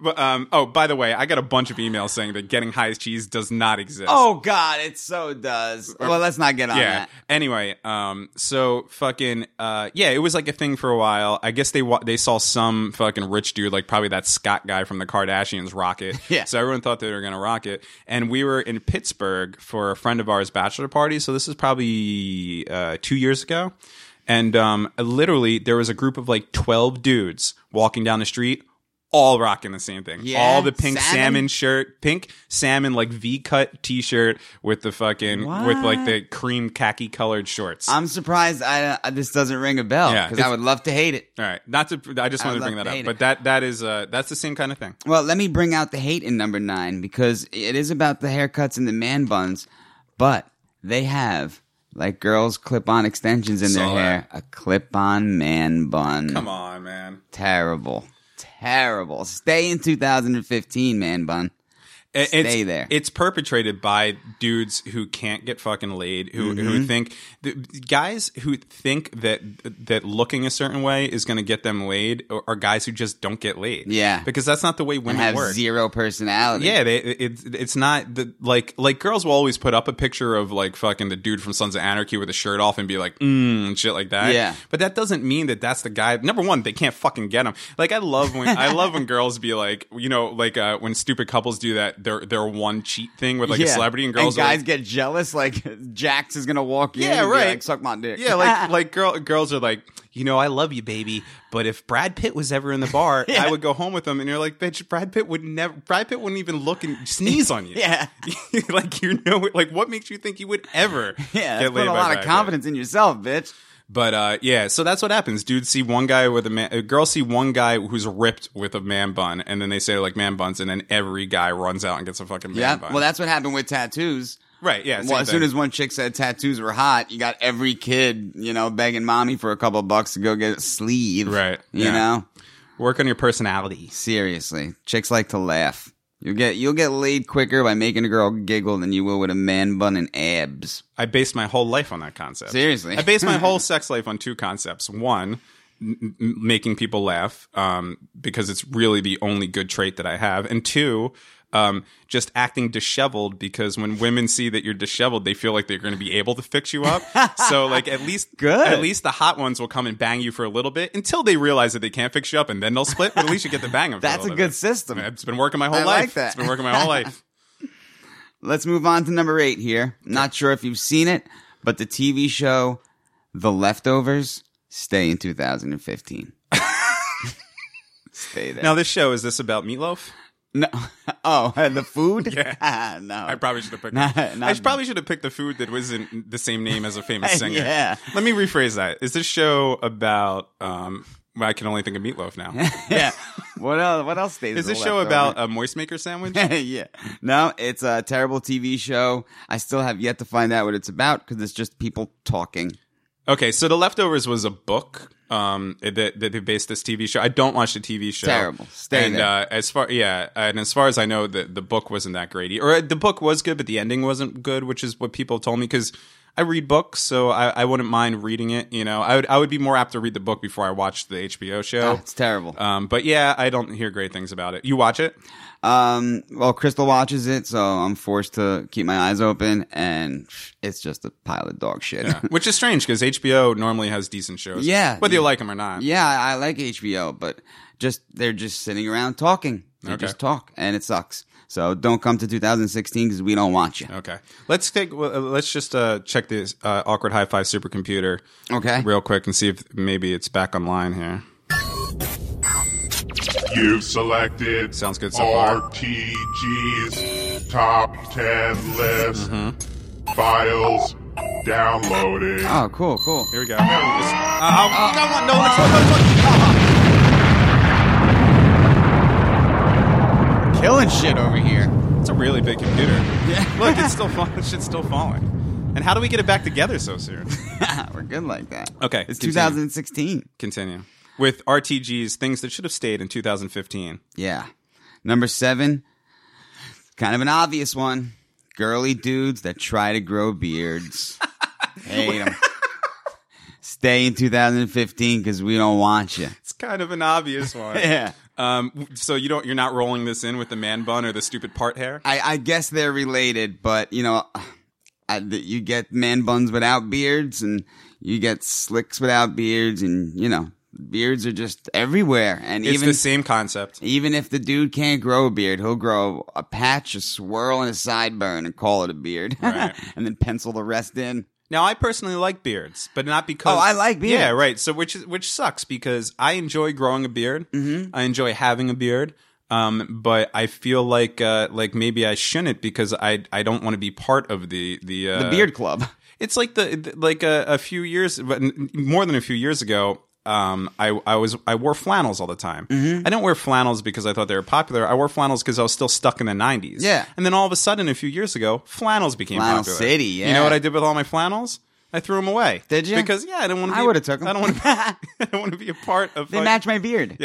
but, um, oh, by the way, I got a bunch of emails saying that getting high as cheese does not exist.
Oh God, it so does. Well, let's not get on
yeah.
that.
Anyway, um, so fucking, uh, yeah, it was like a thing for a while. I guess they wa- they saw some fucking rich dude, like probably that Scott guy from the Kardashians, rock it.
Yeah.
So everyone thought they were gonna rock it, and we were in Pittsburgh for a friend of ours' bachelor party. So this is probably uh, two years ago. And um, literally, there was a group of like twelve dudes walking down the street, all rocking the same thing.
Yeah,
all the pink
salmon.
salmon shirt, pink salmon like V cut T shirt with the fucking with like the cream khaki colored shorts.
I'm surprised I, I this doesn't ring a bell
Yeah,
because I
it's-
would love to hate it.
All right, not to. I just
I
wanted to
love
bring that
to
up,
hate
but
it.
that that is uh that's the same kind of thing.
Well, let me bring out the hate in number nine because it is about the haircuts and the man buns, but they have like girls clip-on extensions in their
Saw
hair, a clip-on man bun.
Come on, man.
terrible, terrible. Stay in 2015, man bun.
It- it's,
Stay there.
It's perpetrated by dudes who can't get fucking laid, who
Mm-hmm.
who think the, guys who think that that looking a certain way is going to get them laid are, are guys who just don't get laid.
Yeah.
because that's not the way
And
women
have
work.
zero personality.
Yeah, they, it, it's not the like like girls will always put up a picture of like fucking the dude from Sons of Anarchy with a shirt off and be like, mm, and shit like that.
Yeah.
but that doesn't mean that that's the guy. Number one, they can't fucking get him. Like I love when I love when girls be like, you know, like uh, when stupid couples do that their their one cheat thing with like a
Yeah.
celebrity and girls are
guys
like,
get jealous. Like Jax is gonna walk in.
Yeah,
and be
right.
like, Suck my dick.
yeah, like like girl girls are like, you know, I love you, baby, but if Brad Pitt was ever in the bar, I would go home with him. And you're like, bitch, Brad Pitt would never. Brad Pitt wouldn't even look and sneeze on you.
Yeah.
like you know, like what makes you think you would ever?
yeah.
get
that's Put
laid
a
by
lot
Brad
of
Pitt?
confidence in yourself, bitch.
But uh, yeah, so that's what happens. Dudes see one guy with a man, uh, girls see one guy who's ripped with a man bun, and then they say like man buns, and then every guy runs out and gets a fucking man
Yeah.
bun.
Well, that's what happened with tattoos.
right. Yeah. same
Well, as soon
thing.
as one chick said tattoos were hot, you got every kid, you know, begging mommy for a couple bucks to go get a sleeve.
Right,
You
yeah.
know,
work on your personality.
seriously, chicks like to laugh. You get you'll get laid quicker by making a girl giggle than you will with a man bun and abs.
I based my whole life on that concept.
Seriously.
I based my whole sex life on two concepts. One, m- m- making people laugh, um, because it's really the only good trait that I have, and two. um, just acting disheveled because when women see that you're disheveled, they feel like they're going to be able to fix you up. so like at least
Good.
at least the hot ones will come and bang you for a little bit until they realize that they can't fix you up, and then they'll split. But at least you get to bang them.
That's a good system.
It's been working my whole
I
life.
like that.
It's been working my whole life.
Let's move on to number eight here. Not sure if you've seen it, but the TV show The Leftovers stay in 2015. stay there.
Now this show is this about meatloaf?
no. Oh, and the food? Ah,
Yeah.
no.
I probably should have picked.
Not-
I
not-
should- probably should have picked the food that wasn't the same name as a famous singer.
Yeah.
Let me rephrase that. Is this show about? Um, well, I can only think of meatloaf now.
yeah. What else? What else stays?
Is
the
this show
leftover?
about uh, a moist maker sandwich?
yeah. No, it's a terrible TV show. I still have yet to find out what it's about because it's just people talking.
Okay, so the leftovers was a book um, that that they based this TV show. I don't watch the TV show.
Terrible. Stay
and
there.
Uh, as far yeah, and as far as I know, the the book wasn't that great. e- Or the book was good, but the ending wasn't good, which is what people told me because. I read books, so I, I wouldn't mind reading it. You know, I would I would be more apt to read the book before I watched the HBO show.
Ah, It's terrible.
Um, but yeah, I don't hear great things about it. You watch it?
Um, well, Crystal watches it, so I'm forced to keep my eyes open, and it's just a pile of dog shit. Yeah,
Which is strange because HBO normally has decent shows.
Yeah.
Whether you like them or not.
I I like HBO, but just they're just sitting around talking. They
Okay.
just talk, and it sucks. So don't come to 2016 because we don't want you.
Okay. Let's take, well, uh, let's just uh, check this uh, awkward high five supercomputer
Okay.
real quick and see if maybe it's back online here.
You've selected
Sounds good so far.
RTG's top 10 list.
Mm-hmm.
Files
Ah.
downloading.
Oh, cool, cool.
Here we go. Uh, oh, no, no, no, let's- let's- let's-
Killing shit over here.
It's a really big computer. Yeah. Look, it's still falling. Shit's still falling. And how do we get it back together so soon?
We're good like that.
Okay,
It's
continue.
2016.
Continue. With RTG's things that should have stayed in 2015.
Yeah. Number seven, kind of an obvious one. Girly dudes that try to grow beards. Hate 'em. Stay in 2015 because we don't want you.
It's kind of an obvious one.
Yeah.
Um, so you don't you're not rolling this in with the man bun or the stupid part hair?
I, I guess they're related, but you know, I, th- you get man buns without beards and you get slicks without beards and you know, beards are just everywhere. And
It's
even
the same concept.
Even if the dude can't grow a beard, he'll grow a patch, a swirl, and a sideburn and call it a beard.
Right.
and then pencil the rest in.
Now I personally like beards, but not because
Oh, I like beards.
Yeah, right. So which is which sucks because I enjoy growing a beard. Mm-hmm. I enjoy having a beard. Um, but I feel like uh, like maybe I shouldn't because I I don't want to be part of the the uh,
The beard club.
It's like the the- like a, a few years, but n- more than a few years ago. Um, I I was I wore flannels all the time.
Mm-hmm.
I didn't wear flannels because I thought they were popular. I wore flannels because I was still stuck in the '90s.
Yeah.
and then all of a sudden, a few years ago, flannels became
Flannel
popular.
City,
You
yeah.
know what I did with all my flannels? I threw them away.
Did you?
Because yeah, I didn't want to.
I would've took 'em.
I don't want to. I don't want to be a part of.
They
like-
match my beard.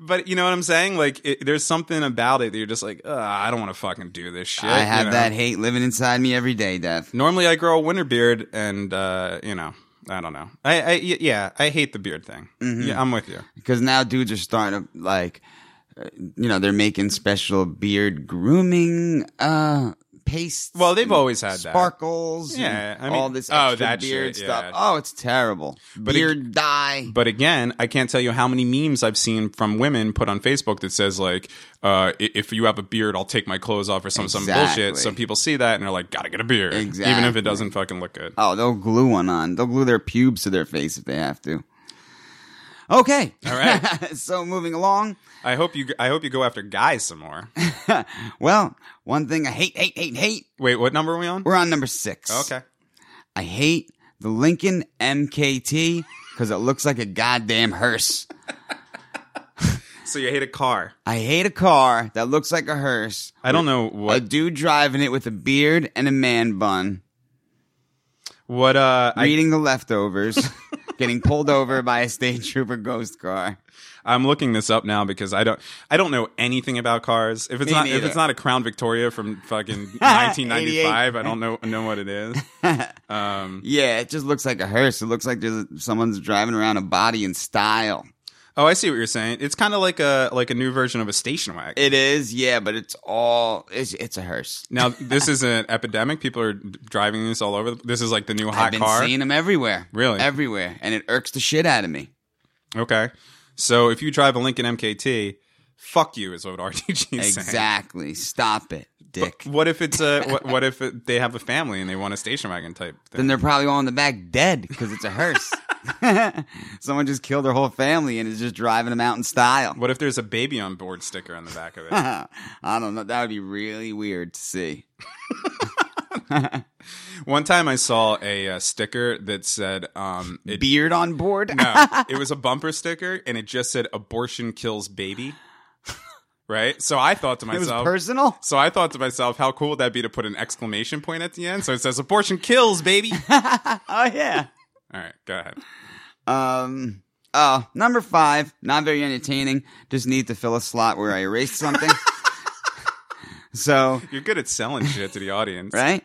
But you know what I'm saying? Like, it, there's something about it that you're just like, Ugh, I don't want to fucking do this shit.
I
you
have
know?
that hate living inside me every day, Dev.
Normally, I grow a winter beard, and uh, you know, I don't know. I, I y- yeah, I hate the beard thing.
Mm-hmm.
Yeah, I'm with you.
Because now dudes are starting to, like, uh, you know, they're making special beard grooming uh pastes.
Well, they've
and
always had that.
sparkles. and
Yeah, I mean-
all this
oh,
extra
that
beard
shit,
stuff.
yeah.
Oh, it's terrible.
it-
beard dye.
But again, I can't tell you how many memes I've seen from women put on Facebook that says like, uh, "I- "If you have a beard, I'll take my clothes off" or some some bullshit.
Exactly.
So people see that and they're like, "Gotta get a beard," even if
Exactly.
it doesn't fucking look good.
Oh, they'll glue one on. They'll glue their pubes to their face if they have to. Okay.
All right.
so moving along.
I hope you I hope you go after guys some more.
Well, one thing I hate, hate, hate, hate.
Wait, what number are we on?
We're on number six.
Okay.
I hate the Lincoln MKT because it looks like a goddamn hearse.
So you hate a car.
I hate a car that looks like a hearse.
I don't know
A
what
dude driving it with a beard and a man bun,
what uh I,
reading the leftovers, getting pulled over by a state trooper ghost car.
I'm looking this up now because I don't I don't know anything about cars. If it's
Me
not if
neither.
it's not a Crown Victoria from fucking 1995,
88.
I don't know know what it is. Um,
Yeah, it just looks like a hearse. It looks like there's someone's driving around a body in style.
Oh, I see what you're saying. It's kind of like a like a new version of a station wagon.
It is, yeah, but it's all it's, it's a hearse.
now this is an epidemic. People are d- driving this all over. This is like the new hot
I've been
car.
seeing them everywhere,
Really?
everywhere, and it irks the shit out of me.
Okay, so if you drive a Lincoln MKT, fuck you is what RTG is saying.
Exactly. Stop it, dick.
What if it's a what, what if it, they have a family and they want a station wagon type?
then
Thing?
they're probably all in the back dead because it's a hearse. Someone just killed their whole family and is just driving them out in style.
What if there's a baby on board sticker on the back of it?
I don't know. That would be really weird to see.
One time I saw a uh, sticker that said, um, it,
Beard on board.
no, it was a bumper sticker and it just said "abortion kills baby." Right, so I thought to
it was
myself,
personal.
So I thought to myself, how cool would that be to put an exclamation point at the end? So it says, abortion kills, baby. All
Oh yeah.
right, go ahead.
Um. Oh, number five. Not very entertaining. Just need to fill a slot where I erased something. so
You're good at selling shit to the audience.
right?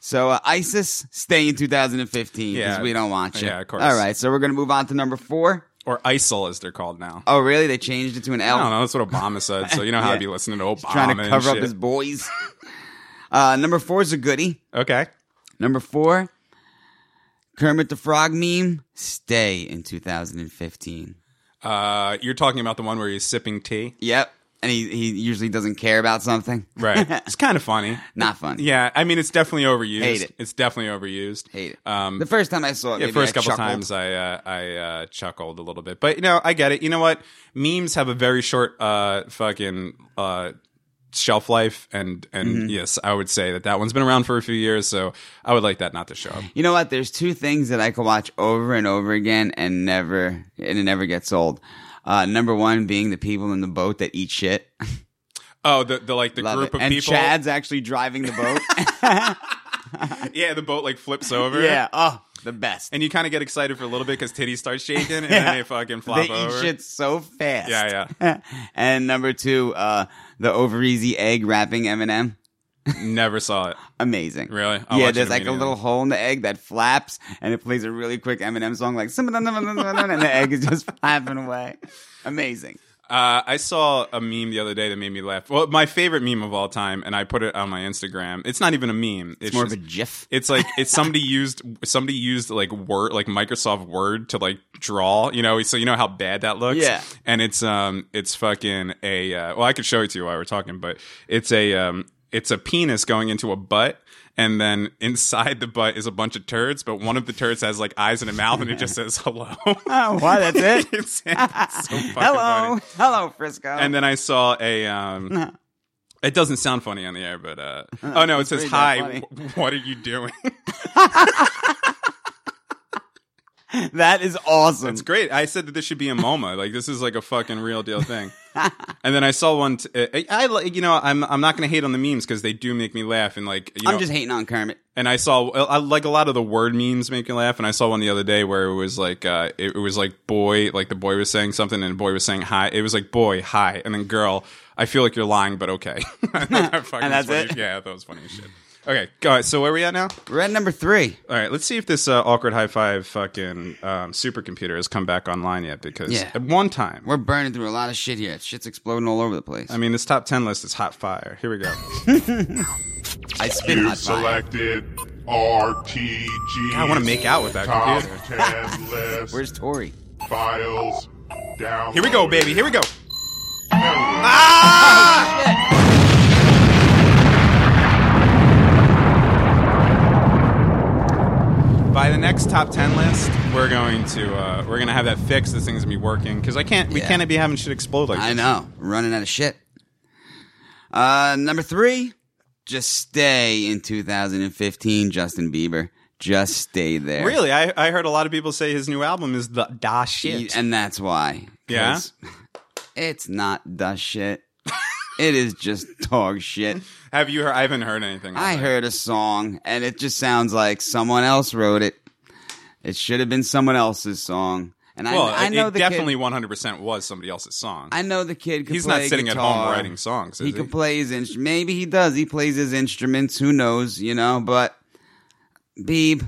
So uh, ISIS, stay in 2015 because
Yeah.
we don't want you.
Yeah, of course.
All right, so we're gonna move on to number four.
Or ISIL, as they're called now.
Oh, really? They changed it to an L,
I don't know. That's what Obama said. So you know how I'd be listening to Obama.
Oh. trying to
and
cover up
shit.
his boys. uh, number four is a goodie.
Okay.
Number four, Kermit the Frog meme, stay in 2015.
Uh, you're talking about the one where he's sipping tea.
Yep, and he he usually doesn't care about something.
Right. it's kind of funny.
Not fun.
Yeah. I mean, it's definitely overused.
Hate it.
It's definitely overused.
hate it.
Um,
the first time I saw it,
Yeah,
maybe
first
I
couple
chuckled.
times I uh, I uh, chuckled a little bit, but you know I get it. You know what? Memes have a very short uh, fucking uh, shelf life, and and
Mm-hmm.
yes, I would say that that one's been around for a few years, so I would like that not to show up.
You know what? There's two things that I could watch over and over again and never, and it never gets old. Uh, number one being the people in the boat that eat shit.
Oh, the, the like the
Love
group
it.
of
and
people.
Chad's actually driving the boat.
Yeah, the boat like flips over.
yeah. Oh, the best.
and you kind of get excited for a little bit because titties start shaking, and
Yeah.
then they fucking
they
flop over.
eat shit so fast.
Yeah,
yeah. and number two, uh, the over easy egg wrapping M&M.
Never saw it.
Amazing.
Really? I'll
yeah,
watch it
there's like a
immediately.
little hole in the egg that flaps and it plays a really quick Eminem song like, and the egg is just flapping away. Amazing.
Uh, I saw a meme the other day that made me laugh. Well, my favorite meme of all time, and I put it on my Instagram. It's not even a meme. It's,
More of a
just-
gif.
It's like it's somebody used somebody used like word like Microsoft Word to like draw, you know, so you know how bad that looks.
Yeah.
And it's um it's fucking a uh, well I could show it to you while we're talking, but it's a um it's a penis going into a butt and then inside the butt is a bunch of turds, but one of the turds has like eyes and a mouth and it just says hello.
Oh, wow, that's it.
it's, it's so fucking
Hello,
funny.
hello, Frisco.
And then I saw a um It doesn't sound funny on the air, but uh, oh no, it says
pretty
hi.
damn
W- what are you doing?
that is awesome.
It's great. I said that this should be a MoMA. Like this is like a fucking real deal thing. and then I saw one. T- uh, I I like you know I'm I'm not gonna hate on the memes because they do make me laugh and like you
I'm
know.
just hating on Kermit.
and I saw I, I like a lot of the word memes make me laugh. And I saw one the other day where it was like uh it, it was like boy like the boy was saying something and the boy was saying hi. It was like boy hi and then girl. I feel like you're lying, but okay. and
And that's it?
Yeah, that was funny as shit. Okay, all right. So where are we at now?
We're at number three.
All right, let's see if this uh, awkward high five fucking um, supercomputer has come back online yet. Because
Yeah.
at one time,
We're burning through a lot of shit here. Shit's exploding all over the place.
I mean, this top ten list is hot fire. Here we go.
I spit
You
hot fire.
selected RTG.
I wanna make out with that
top
computer.
10 list
Where's Tori?
files down.
Here we go, baby. Here we go. Ah! Ah! By the next top ten list, we're going to uh, we're gonna have that fixed. This thing's gonna be working because I can't. We
Yeah.
can't be having shit explode like
I
this.
know. We're running out of shit. Uh, number three. Just stay in 2015, Justin Bieber. Just stay there.
Really, I, I heard a lot of people say his new album is the da shit.
And that's why. 'Cause It's not the shit. it is just dog shit.
Have you heard? I haven't heard anything.
I heard a song and it just sounds like someone else wrote it. It should have been someone else's song. And
Well,
I, I know
it
the
definitely
Kid,
100% was somebody else's song.
I know the kid. Could
He's
play
not sitting at
guitar.
home writing songs. Is he
He could play his instrument. Maybe he does. He plays his instruments. Who knows? You know. But Beeb,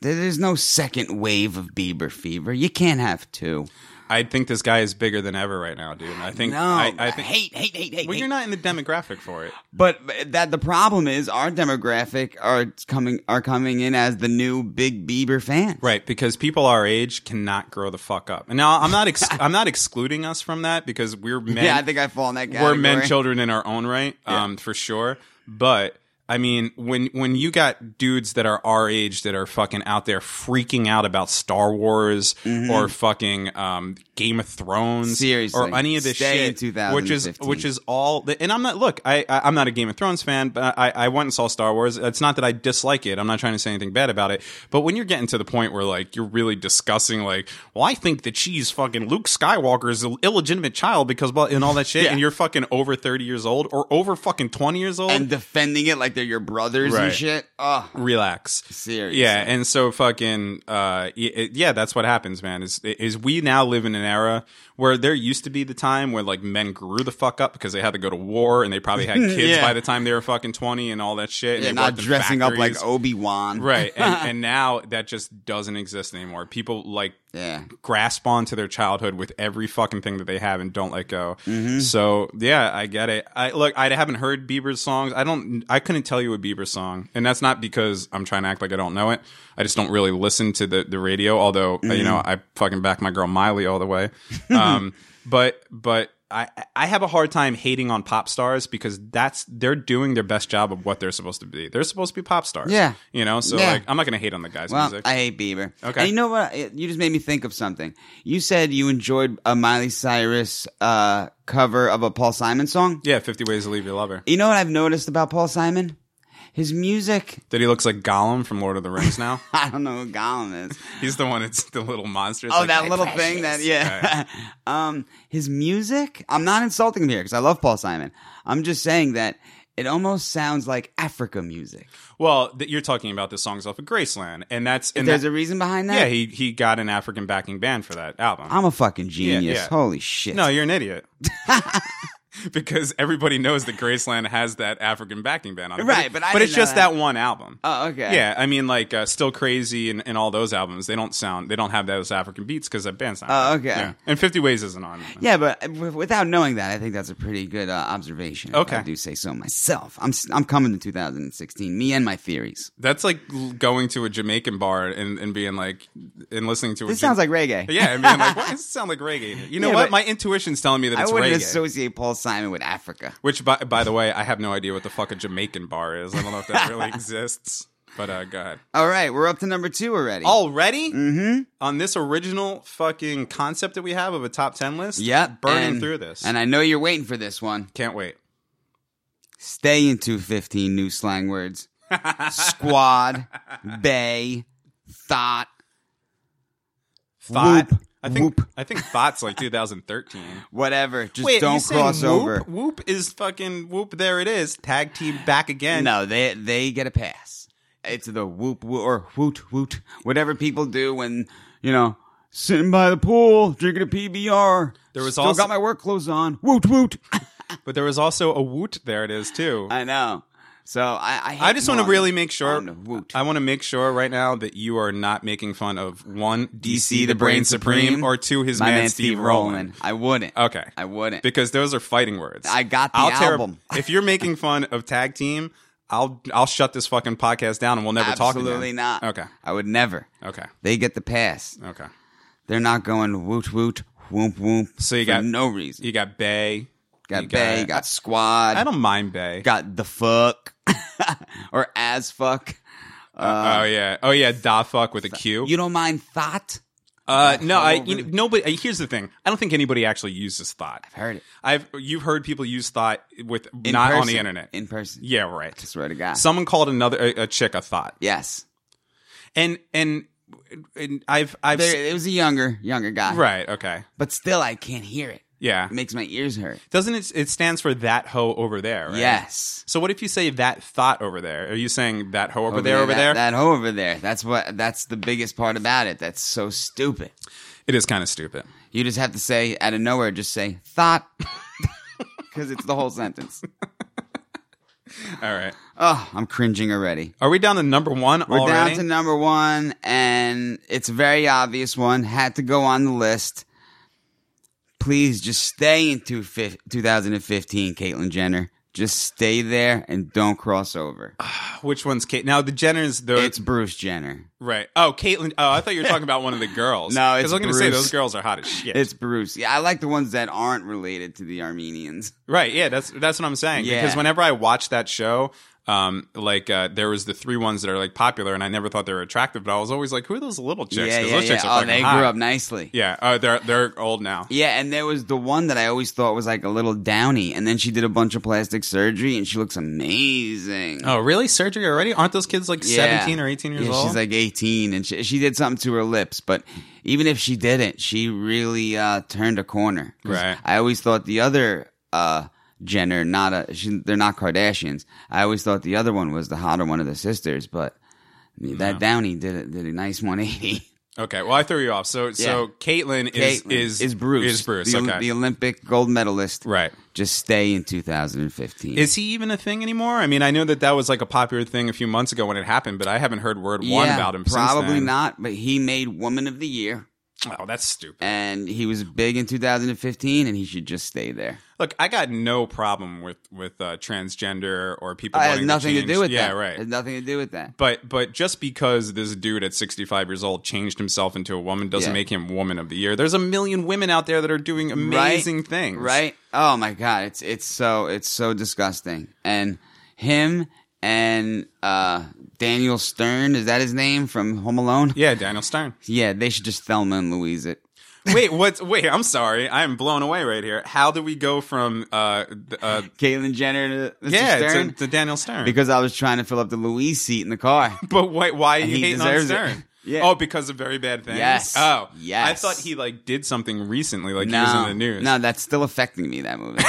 there- there's no second wave of Bieber fever. You can't have two.
I think this guy is bigger than ever right now, dude. I think
No,
I, I think
hate, hate, hate, hate.
well,
hate.
you're not in the demographic for it.
But that the problem is our demographic are coming are coming in as the new Big Bieber fans.
Right, because people our age cannot grow the fuck up. And now I'm not ex- I'm not excluding us from that because we're men.
Yeah, I think I fall in that
we're
category.
men children in our own right, um, for sure. But I mean, when when you got dudes that are our age that are fucking out there freaking out about Star Wars or fucking um, Game of Thrones,
Seriously.
or any of this
Stay in
shit, which is
2015.
which is all. The, and I'm not look, I, I I'm not a Game of Thrones fan, but I I went and saw Star Wars. It's not that I dislike it. I'm not trying to say anything bad about it. But when you're getting to the point where like you're really discussing like, well, I think that she's fucking Luke Skywalker's ill- illegitimate child because blah, and all that shit,
Yeah.
and you're fucking over 30 years old or over fucking 20 years old.
and defending it like they're your brothers
Right.
and shit. Ugh.
relax
Seriously.
yeah and so fucking uh y- it- yeah that's what happens man is is we now live in an era where there used to be the time where like men grew the fuck up because they had to go to war and they probably had kids
Yeah.
by the time they were fucking 20 and all that shit and
Yeah,
they
not
worked in
dressing up like
factories.
Obi Wan.
right and, and now that just doesn't exist anymore people like
Yeah.
grasp onto their childhood with every fucking thing that they have and don't let go.
Mm-hmm.
So yeah, I get it. I look, I haven't heard Bieber's songs. I don't, I couldn't tell you a Bieber song, and that's not because I'm trying to act like I don't know it. I just don't really listen to the the radio. Although uh, you know,
Mm-hmm.
I fucking back my girl Miley all the way. Um, but but. I, I have a hard time hating on pop stars because that's they're doing their best job of what they're supposed to be. They're supposed to be pop stars.
Yeah.
You know, so
Yeah.
like I'm not gonna hate on the guy's
Well,
music.
I hate Bieber.
Okay.
And you know what? You just made me think of something. You said you enjoyed a Miley Cyrus uh, cover of a Paul Simon song.
yeah, fifty ways to leave your lover.
You know what I've noticed about Paul Simon? His music.
that he looks like Gollum from Lord of the Rings now.
I don't know who Gollum is.
He's the one. It's the little monster. It's
Oh,
like,
that
"Hey,
little thing that yeah. um, his music. I'm not insulting him here because I love Paul Simon. I'm just saying that it almost sounds like Africa music.
Well, th- you're talking about the songs off of Graceland, and that's and
There's
that-
a reason behind that.
yeah. He he got an African backing band for that album.
I'm a fucking genius.
yeah.
Holy shit!
no, you're an idiot. because everybody knows that Graceland has that African backing band on it.
Right,
it-
but I
but
didn't
it's
know
just
that.
that. one album.
Oh, okay.
Yeah, I mean, like uh, Still Crazy and, and all those albums, they don't sound, they don't have those African beats because that band's not.
Oh,
on it.
okay.
Yeah. And Fifty Ways isn't on. it.
Yeah, but uh, w- without knowing that, I think that's a pretty good uh, observation. if
Okay.
I do say so myself. I'm s- I'm coming to 2016. Me and my theories.
That's like l- going to a Jamaican bar and, and being like, and listening to a
This
Jama-
sounds like reggae.
Yeah, I mean, like, why does it sound like reggae? You know
Yeah,
what?
but-
My intuition's telling me that
I
it's
wouldn't
reggae.
associate Paul Simon with Africa.
Which, by, by the way, I have no idea what the fuck a Jamaican bar is. I don't know if that really exists. But uh, go ahead.
All right, we're up to number two already.
Oh, Already mm-hmm. on this original fucking concept that we have of a top ten list.
yep,
burning
and-
through this.
And
And I
I know you're waiting for this one.
can't wait.
Stay in 215 new slang words. Squad, bay, thought.
Thought.
Whoop.
I think
Whoop.
I think thought's like 2013.
Whatever. Just
Wait, you
don't
saying
cross
whoop?
over.
Whoop is fucking whoop. There it is. Tag team back again.
No, they they get a pass. It's the whoop whoop or woot woot, whatever people do when you know sitting by the pool drinking a PBR.
There was
still
also-
got my work clothes on. Woot woot.
But there was also a woot. There it is too.
I know. So I I, hate
I just want to
one.
really make sure.
On the woot.
I want to make sure right now that you are not making fun of one DC, the Brain Supreme, or two his
my
man, Steve Rowland.
I wouldn't.
Okay,
I wouldn't.
because those are fighting words.
I got the
tear-
album.
if you're making fun of tag team, I'll I'll shut this fucking podcast down and we'll never talk.
Absolutely
again.
not.
Okay.
I would never.
Okay.
They get the pass.
Okay.
They're not going woot woot whoop whoop.
So you
for
got-
no reason.
You got Bay.
got
you
bay.
got-
Got squad.
I don't mind Bay.
got the fuck or as fuck. uh,
oh yeah. Oh yeah. Da fuck with a Q.
You don't mind thought?
Uh, no, I
over.
you know, nobody. uh, Here's the thing: I don't think anybody actually uses thought. I've
heard it.
I've you've heard people use thought with
In
not on
person.
the internet.
In person.
yeah, right.
I swear to God.
Someone called another a, a chick a thought,
yes.
and and and I've I've
There, it was a younger, younger guy.
right. Okay,
But still, I can't hear it.
yeah.
It makes my ears hurt.
Doesn't it? It stands for that hoe over there. Right?
Yes.
So what if you say that thought over there? Are you saying that hoe over, there, over
that,
there?
That hoe over there. That's what. That's the biggest part about it. That's so stupid.
It is kind of stupid.
You just have to say out of nowhere. Just say thought, because it's the whole sentence.
All right.
Oh, I'm cringing already.
Are we down to number one
We're
already?
down to number one, and it's a very obvious one. Had to go on the list. please just stay in two fif- 2015, Caitlyn Jenner. Just stay there and don't cross over.
Which one's Kate? Now the Jenners, though.
It's Bruce Jenner.
right. Oh, Caitlyn. Oh, I thought you were talking about one of the girls.
No, it's
'Cause I'm going to say
Bruce.
those girls are hot as shit.
It's Bruce. Yeah, I like the ones that aren't related to the Armenians.
Right. Yeah. That's that's what I'm saying.
Yeah.
Because whenever I watch that show, um, like uh, there was the three ones that are like popular, and I never thought they were attractive, but I was always like, who are those little chicks?
yeah,
'Cause
yeah,
those
yeah.
chicks are
Oh,
fucking
they
hot.
grew up nicely.
Yeah. Oh, they're they're old now.
Yeah, and there was the one that I always thought was like a little downy, and then she did a bunch of plastic surgery, and she looks amazing.
Oh, really? Surgery already? Aren't those kids like
Yeah.
17 or 18 years
Yeah,
old?
She's like 18, and she, she did something to her lips. But even if she didn't, she really uh, turned a corner. 'Cause
Right.
I always thought the other uh, Jenner, not a, she, they're not Kardashians. I always thought the other one was the hotter one of the sisters, but that Downey did a, did a nice 180.
okay. Well, I threw you off. So so Caitlyn is,
Caitlyn
is
Bruce?
Is Bruce?
the, Ol-
okay.
the Olympic gold medalist?
Right.
Just stay in 2015.
is he even a thing anymore? I mean, I know that that was like a popular thing a few months ago when it happened, but I haven't heard word one
Yeah,
about him. since
Probably
then.
not, but he made Woman of the Year.
Oh, that's stupid.
and he was big in 2015, and he should just stay there.
Look, I got no problem with with uh, transgender or people.
It has
wanting
nothing to,
change.
do with
yeah,
that. It
right.
has nothing to do with that.
But but just because this dude at 65 years old changed himself into a woman doesn't
Yeah.
make him woman of the year. There's a million women out there that are doing
Right?
amazing things.
right? Oh my god, it's it's so it's so disgusting. And him and uh, Daniel Stern is that his name from Home Alone?
Yeah, Daniel Stern.
Yeah, they should just Thelma and Louise it.
wait, what's wait, I'm sorry. I'm blown away right here. How do we go from uh th- uh
Caitlyn Jenner to Mr.
yeah,
Stern
to, to Daniel Stern?
because I was trying to fill up the Louise seat in the car.
But why? Why are you
he
hating on
deserves it.
Stern?
Yeah.
Oh, because of very bad things.
Yes.
Oh,
Yes.
I thought he like did something recently, like
no,
he was in the news.
no, that's still affecting me. That movie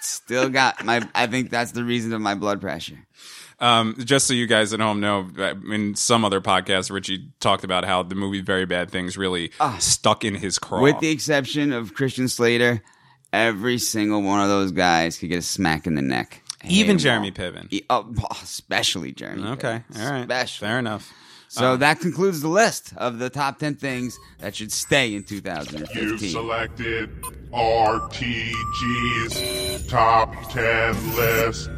still got my. I think that's the reason of my blood pressure.
Um, just so you guys at home know, uh, in some other podcast, Richie talked about how the movie Very Bad Things really stuck in his craw.
Ah. With the exception of Christian Slater, every single one of those guys could get a smack in the neck. I hate
Even
them
Jeremy
all.
Piven.
E- oh, oh, especially Jeremy.
Okay.
Piven.
All right.
Especially.
Fair enough.
So that concludes the list of the top 10 things that should stay in
You've
2015.
selected RTG's top 10 list.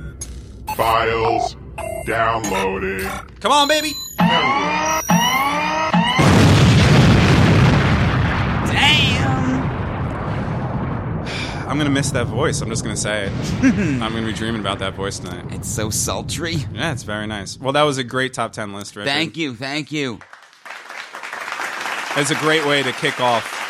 Files downloading.
Come on, baby.
Damn!
I'm gonna miss that voice. I'm just gonna say it. I'm gonna be dreaming about that voice tonight.
It's so sultry.
Yeah, it's very nice. Well, that was a great top ten list, Richie.
Thank you. Thank you.
It's a great way to kick off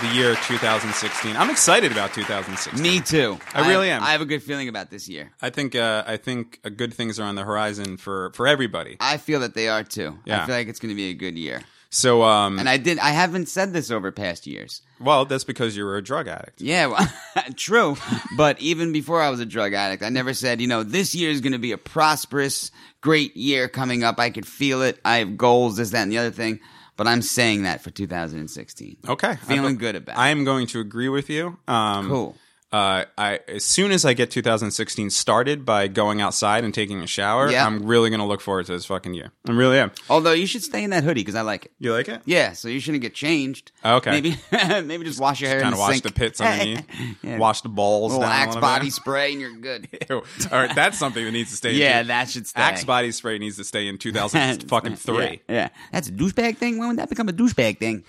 the year 2016. I'm excited about 2016.
Me too.
I really am.
I have a good feeling about this year.
I think uh, I think uh, good things are on the horizon for for everybody.
I feel that they are too. I
Yeah.
feel like it's going to be a good year.
So um,
And I did. I haven't said this over past years.
well, that's because you were a drug addict.
Yeah, well, true. But even before I was a drug addict, I never said, you know, this year is going to be a prosperous, great year coming up. I could feel it. I have goals, this, that, and the other thing. But I'm saying that for 2016.
Okay,
Feeling good about it.
I am going to agree with you. Um,
Cool.
Uh, I as soon as I get 2016 started by going outside and taking a shower,
Yeah.
I'm really gonna look forward to this fucking year. I really am.
Although you should stay in that hoodie because I like it.
You like it?
Yeah, so you shouldn't get changed.
Okay.
Maybe maybe just wash your hair
Kind
in
of
the
wash
sink.
the pits underneath,
Yeah.
wash the balls,
little
down a
Axe
little
body
bit.
spray and you're good.
Ew. All right, that's something that needs to stay. in
yeah,
two-
that should stay.
Axe body spray needs to stay in 2000 fucking three. Hmm.
Yeah, yeah. That's a douchebag thing. When would that become a douchebag thing?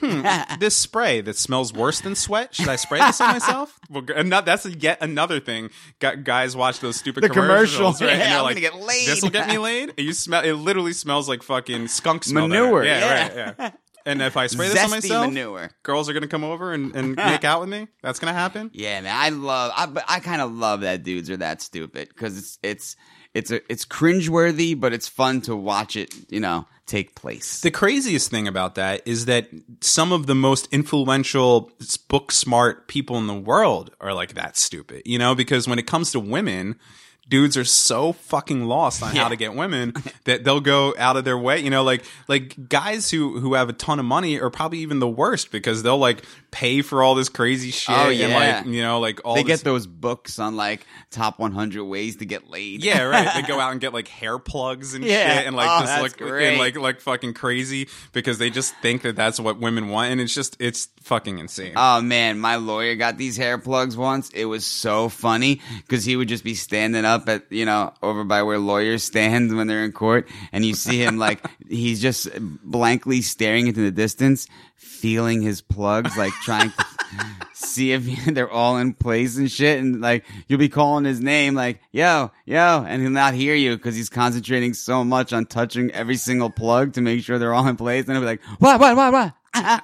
This spray that smells worse than sweat. Should I spray this on myself? Well, gr- and that- that's yet another thing. Gu- guys watch those stupid
The commercial.
commercials, right? and
Yeah,
they're
I'm
like,
gonna get laid.
"This will get me laid." You smell. It literally smells like fucking skunk smell. better.
Manure,
Yeah,
yeah.
right. Yeah. And if I spray this on
Zesty
myself,
manure.
girls are gonna come over and, and make out with me. That's gonna happen.
Yeah, man, I love. I but I kind of love that dudes are that stupid because it's it's it's a, it's cringeworthy, but it's fun to watch it. You know, take place.
The craziest thing about that is that some of the most influential, s- book smart people in the world are like that stupid, you know, because when it comes to women, dudes are so fucking lost on how to get women that they'll go out of their way. You know, like like guys who who have a ton of money are probably even the worst because they'll like pay for all this crazy shit
Oh, yeah.
and like you know like all
They
this-
get those books on like top 100 ways to get laid.
yeah, right. They go out and get like hair plugs and
Yeah.
shit, and like
Oh,
just
that's
look and
great.
like like fucking crazy because they just think that that's what women want, and it's just it's fucking insane.
Oh man, my lawyer got these hair plugs once. It was so funny because he would just be standing up at you know over by where lawyers stand when they're in court, and you see him like he's just blankly staring into the distance, feeling his plugs, like trying to see if they're all in place and shit. And like you'll be calling his name, like yo yo, and he'll not hear you because he's concentrating so much on touching every single plug to make sure they're all in place. And he'll be like, what what what what.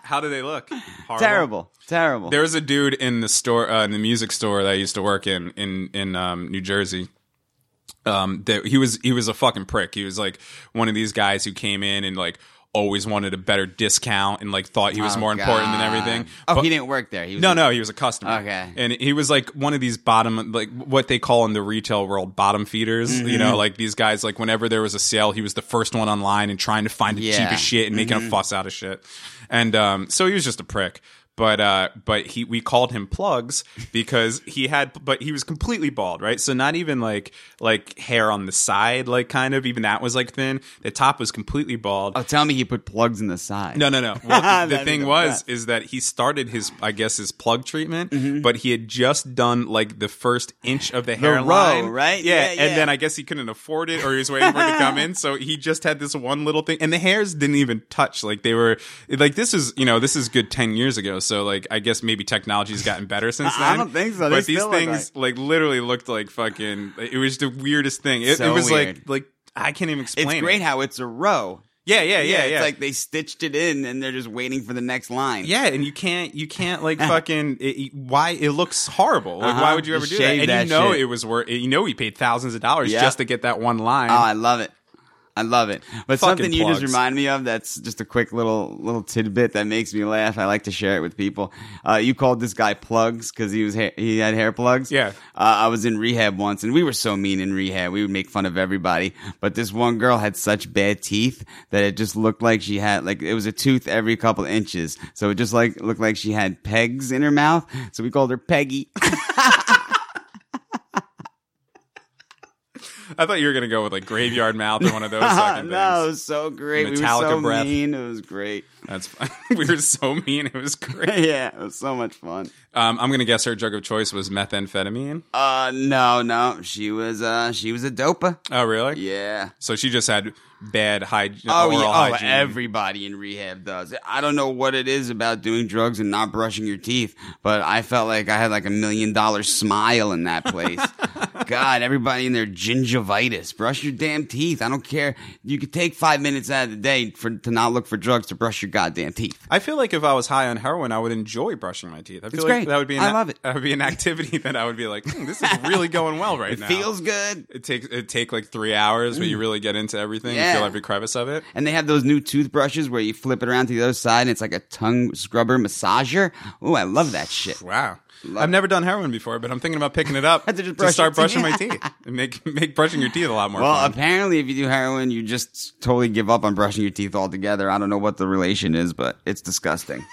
How do they look? Horrible.
Terrible, terrible.
There was a dude in the store, uh, in the music store that I used to work in in in um, New Jersey. Um, that he was he was a fucking prick. He was like one of these guys who came in and like always wanted a better discount and like thought he was
Oh,
more important than
God.
everything.
Oh,
But-
he didn't work there. He was
no,
a-
no, he was a customer.
Okay.
and he was like one of these bottom, like what they call in the retail world, bottom feeders.
Mm-hmm.
You know, like these guys. Like whenever there was a sale, he was the first one online and trying to find the
Yeah. Mm-hmm.
cheapest shit and making a fuss out of shit. And um, so he was just a prick. But uh, but he we called him plugs because he had but he was completely bald right so not even like like hair on the side like kind of even that was like thin the top was completely bald
Oh, tell me he put plugs in the side.
no, no, no. Well, the
That'd be
thing
the
was
best.
is that he started his, I guess, his plug treatment,
Mm-hmm.
but he had just done like the first inch of the hairline,
right?
Yeah,
Yeah,
and
yeah.
then I guess he couldn't afford it, or he was waiting for it to come in, so he just had this one little thing, and the hairs didn't even touch. Like they were, like this is, you know, this is good ten years ago, so like I guess maybe technology's gotten better since then.
I don't think so. They
But these
still look
things like literally looked like fucking. It was the weirdest thing. It,
So
it was
weird.
like like. I can't even explain.
It's
it.
great how it's a row.
Yeah, yeah, yeah, yeah.
It's like they stitched it in and they're just waiting for the next line.
Yeah, and you can't you can't like fucking it, it- why it looks horrible. Like
Uh-huh.
why would you ever
Just
do that?
shave
And
that
you know
shit.
it was worth. You know he paid thousands of dollars
Yeah.
just to get that one line.
Oh, I love it. I love it. But
Fucking
something you just
plugs.
remind me of that's just a quick little little tidbit that makes me laugh. I like to share it with people. Uh, you called this guy plugs because he was ha- he had hair plugs.
Yeah.
Uh, I was in rehab once, and we were so mean in rehab. We would make fun of everybody. But this one girl had such bad teeth that it just looked like she had like it was a tooth every couple inches. So it just like looked like she had pegs in her mouth. So we called her Peggy.
I thought you were gonna go with like graveyard mouth or one of those fucking things.
no, it was so great.
Metallica
we were so
breath.
mean. It was great.
That's fine. we were so mean. It was great.
yeah, it was so much fun.
Um, I'm gonna guess her drug of choice was methamphetamine.
Uh, no, no, she was, uh, she was a dopa.
Oh, really?
Yeah.
So she just had bad hygiene.
Oh,
oral
yeah. Oh,
hygiene.
everybody in rehab does. I don't know what it is about doing drugs and not brushing your teeth, but I felt like I had like a million dollar smile in that place. God, everybody in their gingivitis. Brush your damn teeth. I don't care. You could take five minutes out of the day for to not look for drugs to brush your goddamn teeth.
I feel like if I was high on heroin, I would enjoy brushing my teeth. I feel
It's
like
great.
that would be an,
I love it.
That would be an activity that I would be like, hmm, this is really going well right
It
now.
feels good.
It takes it take like three hours, but you really get into everything. You
Mm. Yeah.
feel every crevice of it.
And they have those new toothbrushes where you flip it around to the other side and it's like a tongue scrubber massager. Ooh, I love that shit.
Wow. I've never done heroin before, but I'm thinking about picking it up
Had to just brush
start
your
brushing
teeth.
my teeth and make make brushing your teeth a lot more
Well,
fun.
apparently, if you do heroin, you just totally give up on brushing your teeth altogether. I don't know what the relation is, but it's disgusting.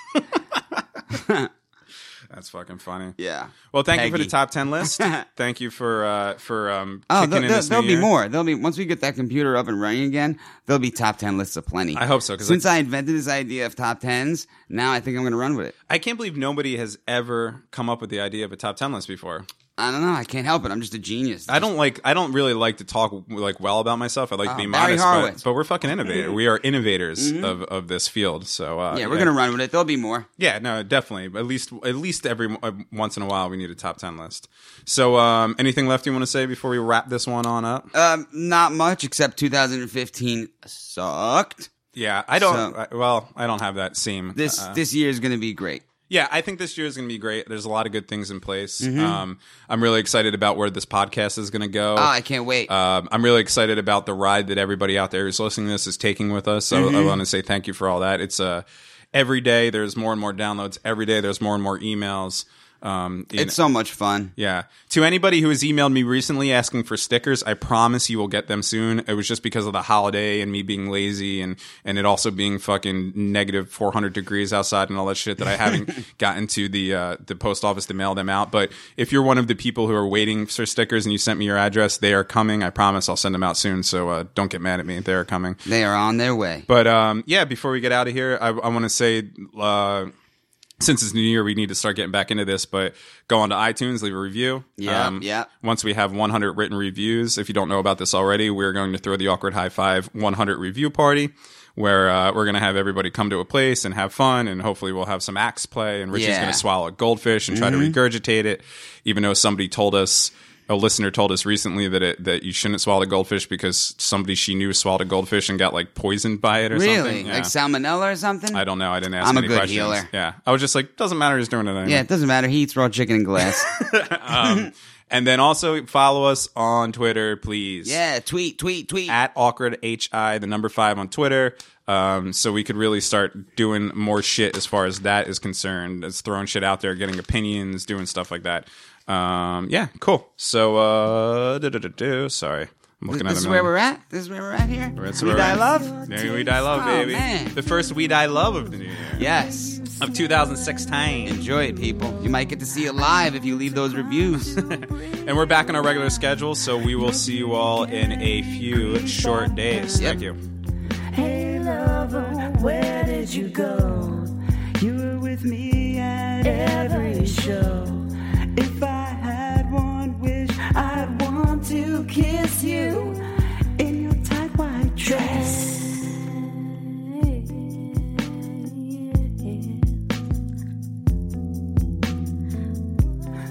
That's fucking funny.
Yeah.
Well, thank you for the
Peggy.
top ten list. thank you for uh, for um.
Oh,
kicking
there,
in
there,
this new
there'll be
year.
more. There'll be once we get that computer up and running again. There'll be top ten lists aplenty.
I hope so, 'cause
Since I, invented this idea of top tens, now I think I'm going to run with it.
I can't believe nobody has ever come up with the idea of a top ten list before.
I don't know. I can't help it. I'm just a genius.
I don't like. I don't really like to talk like well about myself. I like to
Oh,
be
Barry
modest, but,
Horowitz.
but we're fucking innovative. We are innovators of of this field. So uh,
Yeah, we're going to run with it. There'll be more.
Yeah, no, definitely. At least, at least every uh, once in a while, we need a top ten list. So, um, anything left you want to say before we wrap this one on up?
Um, not much except 2015 sucked.
yeah, I don't.
so-
I- well, I don't have that same.
This
uh,
this year is going to be great.
yeah, I think this year is going to be great. There's a lot of good things in place.
Mm-hmm.
Um, I'm really excited about where this podcast is going to go.
Oh, I can't wait.
Um, I'm really excited about the ride that everybody out there who's listening to this is taking with us. So
Mm-hmm.
I want to say thank you for all that. It's uh, every day there's more and more downloads. Every day there's more and more emails. Um, you
It's
know-
so much fun.
yeah. To anybody who has emailed me recently asking for stickers, I promise you will get them soon. It was just because of the holiday and me being lazy and and it also being fucking negative 400 degrees outside and all that shit that I haven't gotten to the uh, the post office to mail them out. But if you're one of the people who are waiting for stickers and you sent me your address, they are coming. I promise I'll send them out soon. So uh, don't get mad at me. They are coming.
They are on their way.
But um, yeah, before we get out of here, I, I want to say. Uh, since it's New Year, we need to start getting back into this. But go on to iTunes, leave a review. Um,
Yeah, yeah.
Once we have 100 written reviews, if you don't know about this already, we're going to throw the awkward high five 100 review party, where uh, we're going to have everybody come to a place and have fun, and hopefully we'll have some axe play, and Richie's
Yeah.
going to swallow a goldfish and try to regurgitate it, even though somebody told us. A listener told us recently that it, that you shouldn't swallow a goldfish because somebody she knew swallowed a goldfish and got like poisoned by it or
Really?
something. Yeah.
Like salmonella or something?
I don't know. I didn't ask.
I'm a
any
good
questions.
healer.
Yeah, I was just like, doesn't matter. He's doing it anyway. Um,
Yeah, it doesn't matter. He eats raw chicken and glass.
And then also follow us on Twitter, please.
yeah, tweet, tweet, tweet.
At awkward hi the number five on Twitter. Um, so we could really start doing more shit as far as that is concerned. It's throwing shit out there, getting opinions, doing stuff like that. Um, yeah, cool. So uh, do-do-do-do. sorry, I'm looking at
this
a
is where
million-
we're at. This is where we're at here.
That's
we
where we're
die
at.
love.
There we die love,
Oh,
baby.
man.
The first we die love of the new year
Yes.
of 2016.
Enjoy it, people. You might get to see it live if you leave those reviews.
And we're back on our regular schedule, so we will see you all in a few short days.
Yep.
Thank you.
Hey lover, where did you go? You were with me at every show. If I had one wish, I'd want to kiss you in your tight white dress.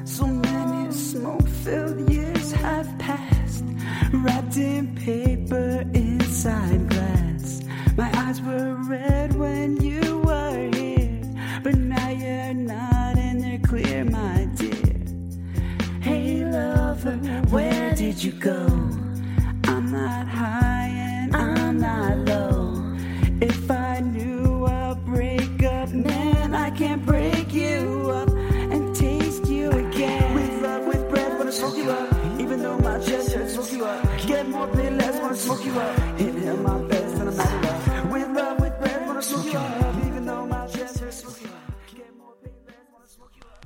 So many smoke filled years have passed, wrapped in paper inside glass. My eyes were red when you were here, but now you're not, and they're clear, my dear. Hey, lover, where did you go? I'm not high and I'm not low. If I knew a breakup, man, I can't break you up and taste you again. With love, with breath, wanna smoke you up. Even though my chest hurts, smoke you up. Get more, pay less, wanna smoke you up. Inhale my best, and I'm out of love. With love, with breath, wanna smoke you up. Even though my chest hurts, smoke you up. Get more, pay less, wanna smoke you up.